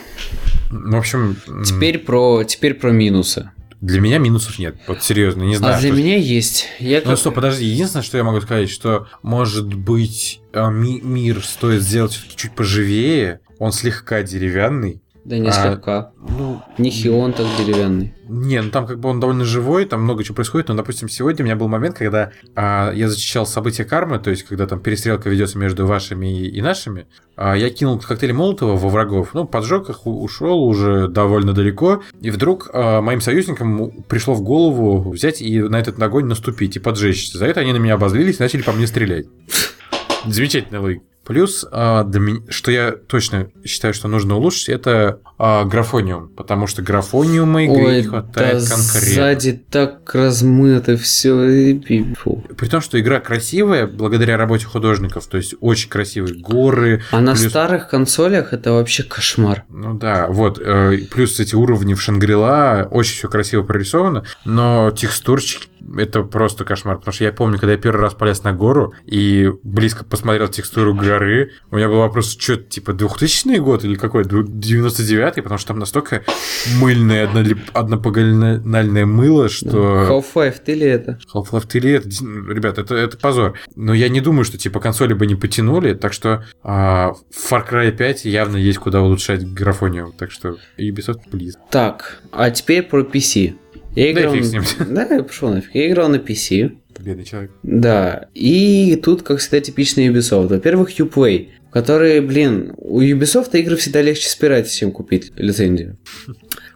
Speaker 2: Ну, В общем, м,
Speaker 3: Теперь про, теперь про минусы.
Speaker 2: для меня минусов нет. Вот серьезно, не знаю.
Speaker 3: а для
Speaker 2: То есть-
Speaker 3: меня есть. Я
Speaker 2: Ну
Speaker 3: как-
Speaker 2: что, подожди, единственное, что я могу сказать, что, может быть, э, ми- мир стоит сделать всё-таки чуть поживее, он слегка деревянный,
Speaker 3: Да не
Speaker 2: А,
Speaker 3: слегка.
Speaker 2: Ну,
Speaker 3: Не хион так деревянный.
Speaker 2: не, ну там как бы он довольно живой, там много чего происходит, но, допустим, сегодня у меня был момент, когда а, я зачищал события кармы, то есть, когда там перестрелка ведется между вашими и, и нашими, а, я кинул коктейли Молотова во врагов, ну, поджег их, у- ушел уже довольно далеко, и вдруг а, моим союзникам у- пришло в голову взять и на этот огонь наступить и поджечь. За это они на меня обозлились и начали по мне стрелять. Замечательный логика. Плюс, а, для ме- что я точно считаю, что нужно улучшить, это а, графониум. Потому что графониума игры не хватает
Speaker 3: да
Speaker 2: конкретно.
Speaker 3: сзади так размыто все.
Speaker 2: При том, что игра красивая, благодаря работе художников. То есть очень красивые горы.
Speaker 3: А на
Speaker 2: Плюс-
Speaker 3: старых консолях это вообще кошмар.
Speaker 2: Ну да, вот. э, плюс эти уровни в Шангрила. Очень все красиво прорисовано. Но текстурчики это просто кошмар. Потому что я помню, когда я первый раз полез на гору и близко посмотрел текстуру горы, у меня был вопрос, что это, типа, 2000 год или какой? 99-й? Потому что там настолько мыльное, однолип- однопогональное мыло, что...
Speaker 3: Half-Life, ты ли это?
Speaker 2: Half-Life 3, это, дес- ребят, это, это позор. Но я не думаю, что типа консоли бы не потянули, так что а, в Far Cry 5 явно есть куда улучшать графонию. Так что Ubisoft, please.
Speaker 3: Так, а теперь про PC. Я
Speaker 2: Да и
Speaker 3: играл...
Speaker 2: фиг с ним.
Speaker 3: Да, я пошел нафиг. Я играл на PC.
Speaker 2: Бедный человек.
Speaker 3: Да, и тут, как всегда, типичный Ubisoft. Во-первых, Uplay, которые, блин, у Ubisoft игры всегда легче спирать, чем купить лицензию.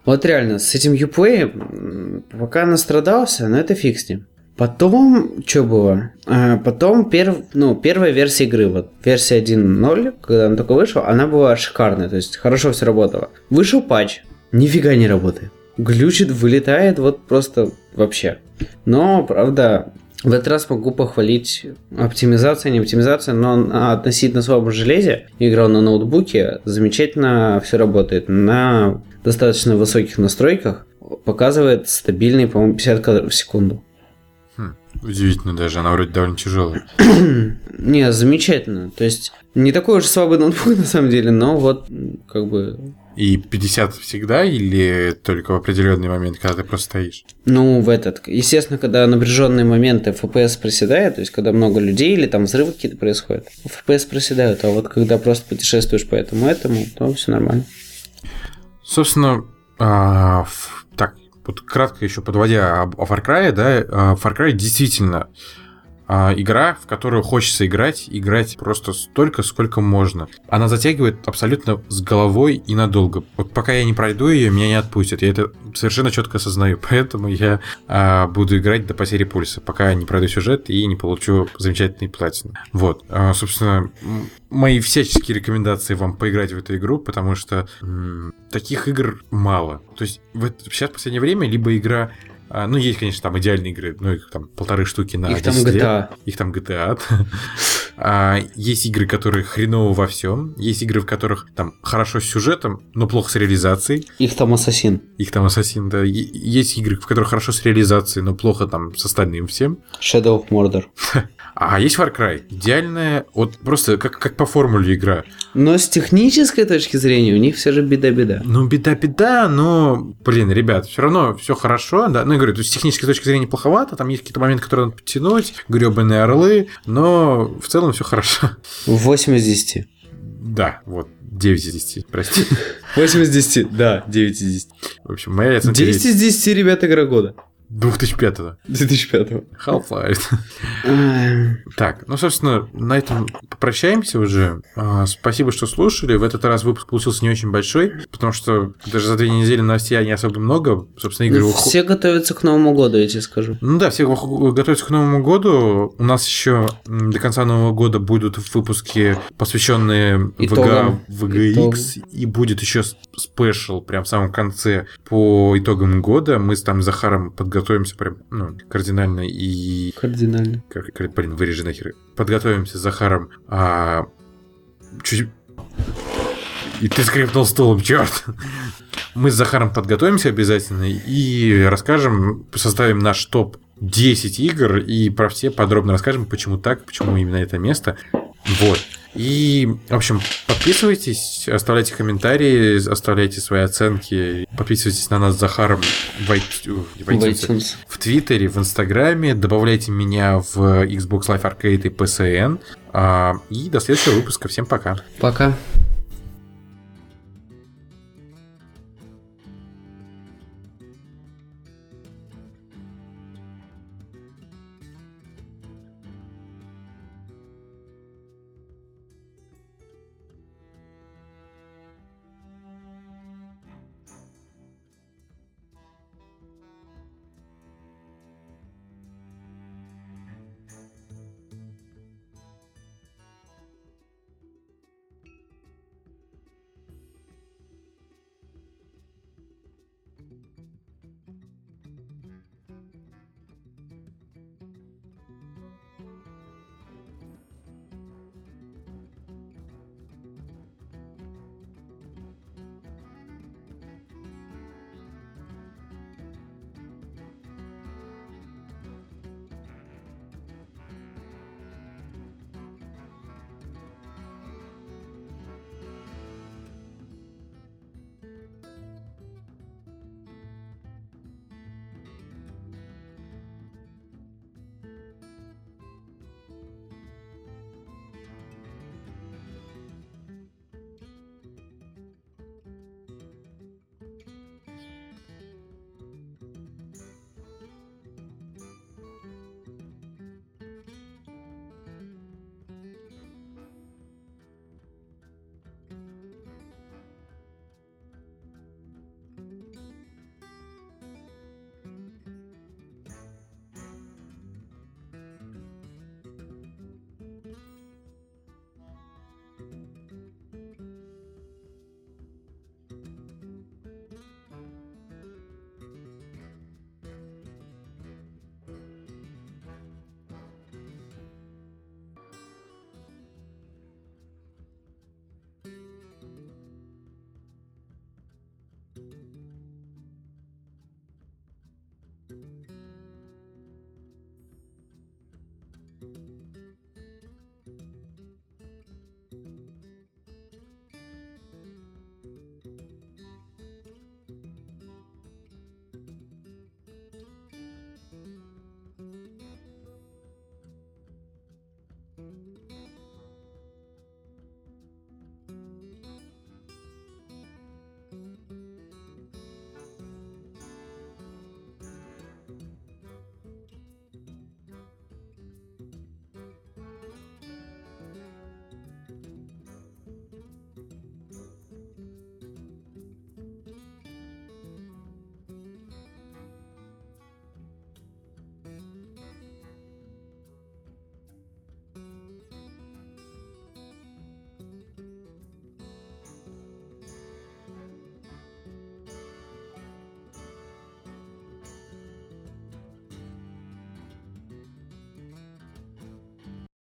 Speaker 3: Вот реально, с этим Uplay м, пока настрадался, но это фиг с ним. Потом, что было? А, потом перв, ну, первая версия игры, вот версия 1.0, когда она только вышла, она была шикарная, то есть хорошо все работало. Вышел патч, нифига не работает. Глючит, вылетает, вот просто вообще. Но, правда, в этот раз могу похвалить оптимизация, не оптимизация, но на относительно слабом железе, играл на ноутбуке, замечательно все работает. На достаточно высоких настройках показывает стабильный, по-моему, 50 кадров в секунду. *clears throat*
Speaker 2: Удивительно даже, она вроде довольно тяжелая.
Speaker 3: Не, замечательно. То есть, не такой уж слабый ноутбук *laughs* на самом деле, но вот м, как бы...
Speaker 2: И 50 всегда или только в определенный момент, когда ты просто стоишь?
Speaker 3: Ну, в этот... Естественно, когда напряженные моменты FPS проседает, то есть, когда много людей или там взрывы какие-то происходят, FPS проседают, а вот когда просто путешествуешь по этому этому, то все нормально.
Speaker 2: Собственно, а, ф- так, вот кратко еще подводя об- о Far Cry, да, а, Far Cry действительно а, игра, в которую хочется играть, играть просто столько, сколько можно. Она затягивает абсолютно с головой и надолго. Вот пока я не пройду ее, меня не отпустят. Я это совершенно четко осознаю. *laughs* Поэтому я а, буду играть до потери пульса, пока не пройду сюжет и не получу замечательный платин. Вот. А, собственно, м, мои всяческие рекомендации вам поиграть в эту игру, потому что м, таких игр мало. То есть в это- сейчас в последнее время либо игра... а, ну, есть, конечно, там идеальные игры, ну, их там полторы штуки на
Speaker 3: Их там
Speaker 2: 10 лет.
Speaker 3: GTA.
Speaker 2: Их там GTA. *laughs* А, есть игры, которые хреново во всем. Есть игры, в которых там хорошо с сюжетом, но плохо с реализацией.
Speaker 3: Их там ассасин.
Speaker 2: Их там Ассасин, да. Е- Есть игры, в которых хорошо с реализацией, но плохо там с остальным всем.
Speaker 3: Shadow of Mordor.
Speaker 2: А есть Far Cry. Идеальная, вот просто как, как по формуле игра.
Speaker 3: Но с технической точки зрения у них все же беда-беда.
Speaker 2: Ну, беда-беда, но, блин, ребят, все равно все хорошо, да. Ну, я говорю, то есть с технической точки зрения плоховато, там есть какие-то моменты, которые надо подтянуть, гребаные орлы, но в целом все хорошо. *laughs*
Speaker 3: 8 из 10.
Speaker 2: Да, вот, 9 из 10, прости.
Speaker 3: 8 из 10, да, 9 из 10.
Speaker 2: В общем, моя оценка
Speaker 3: 10
Speaker 2: 10
Speaker 3: из 10, ребят, игра года.
Speaker 2: 2005
Speaker 3: 2005
Speaker 2: Half-Life.
Speaker 3: Э,
Speaker 2: Так, ну, собственно, на этом попрощаемся уже. А, Спасибо, что слушали. В этот раз выпуск получился не очень большой, потому что даже за две недели новостей не особо много. Собственно, игры уху-
Speaker 3: Все готовятся к Новому году, я тебе скажу.
Speaker 2: Ну да, все го- готовятся к Новому году. У нас еще м, до конца Нового года будут выпуски, посвященные ВГА,
Speaker 3: Итогам.
Speaker 2: ВГХ, и будет еще с- спешл прям в самом конце по итогам года. Мы с там Захаром подготовимся прям ну, кардинально и...
Speaker 3: Кардинально.
Speaker 2: Как, как- блин, вырежи нахер. Подготовимся с Захаром а, чуть... И ты скрипнул стулом, черт. Мы с Захаром подготовимся обязательно и расскажем, составим наш топ 10 игр и про все подробно расскажем, почему так, почему именно это место. Вот. И, в общем, подписывайтесь, оставляйте комментарии, оставляйте свои оценки, подписывайтесь на нас с Захаром в iTunes, в
Speaker 3: В
Speaker 2: iTunes,
Speaker 3: iTunes.
Speaker 2: в Твиттере, в Инстаграме, добавляйте меня в Xbox Live Arcade и PSN. А, И до следующего выпуска. Всем пока.
Speaker 3: Пока.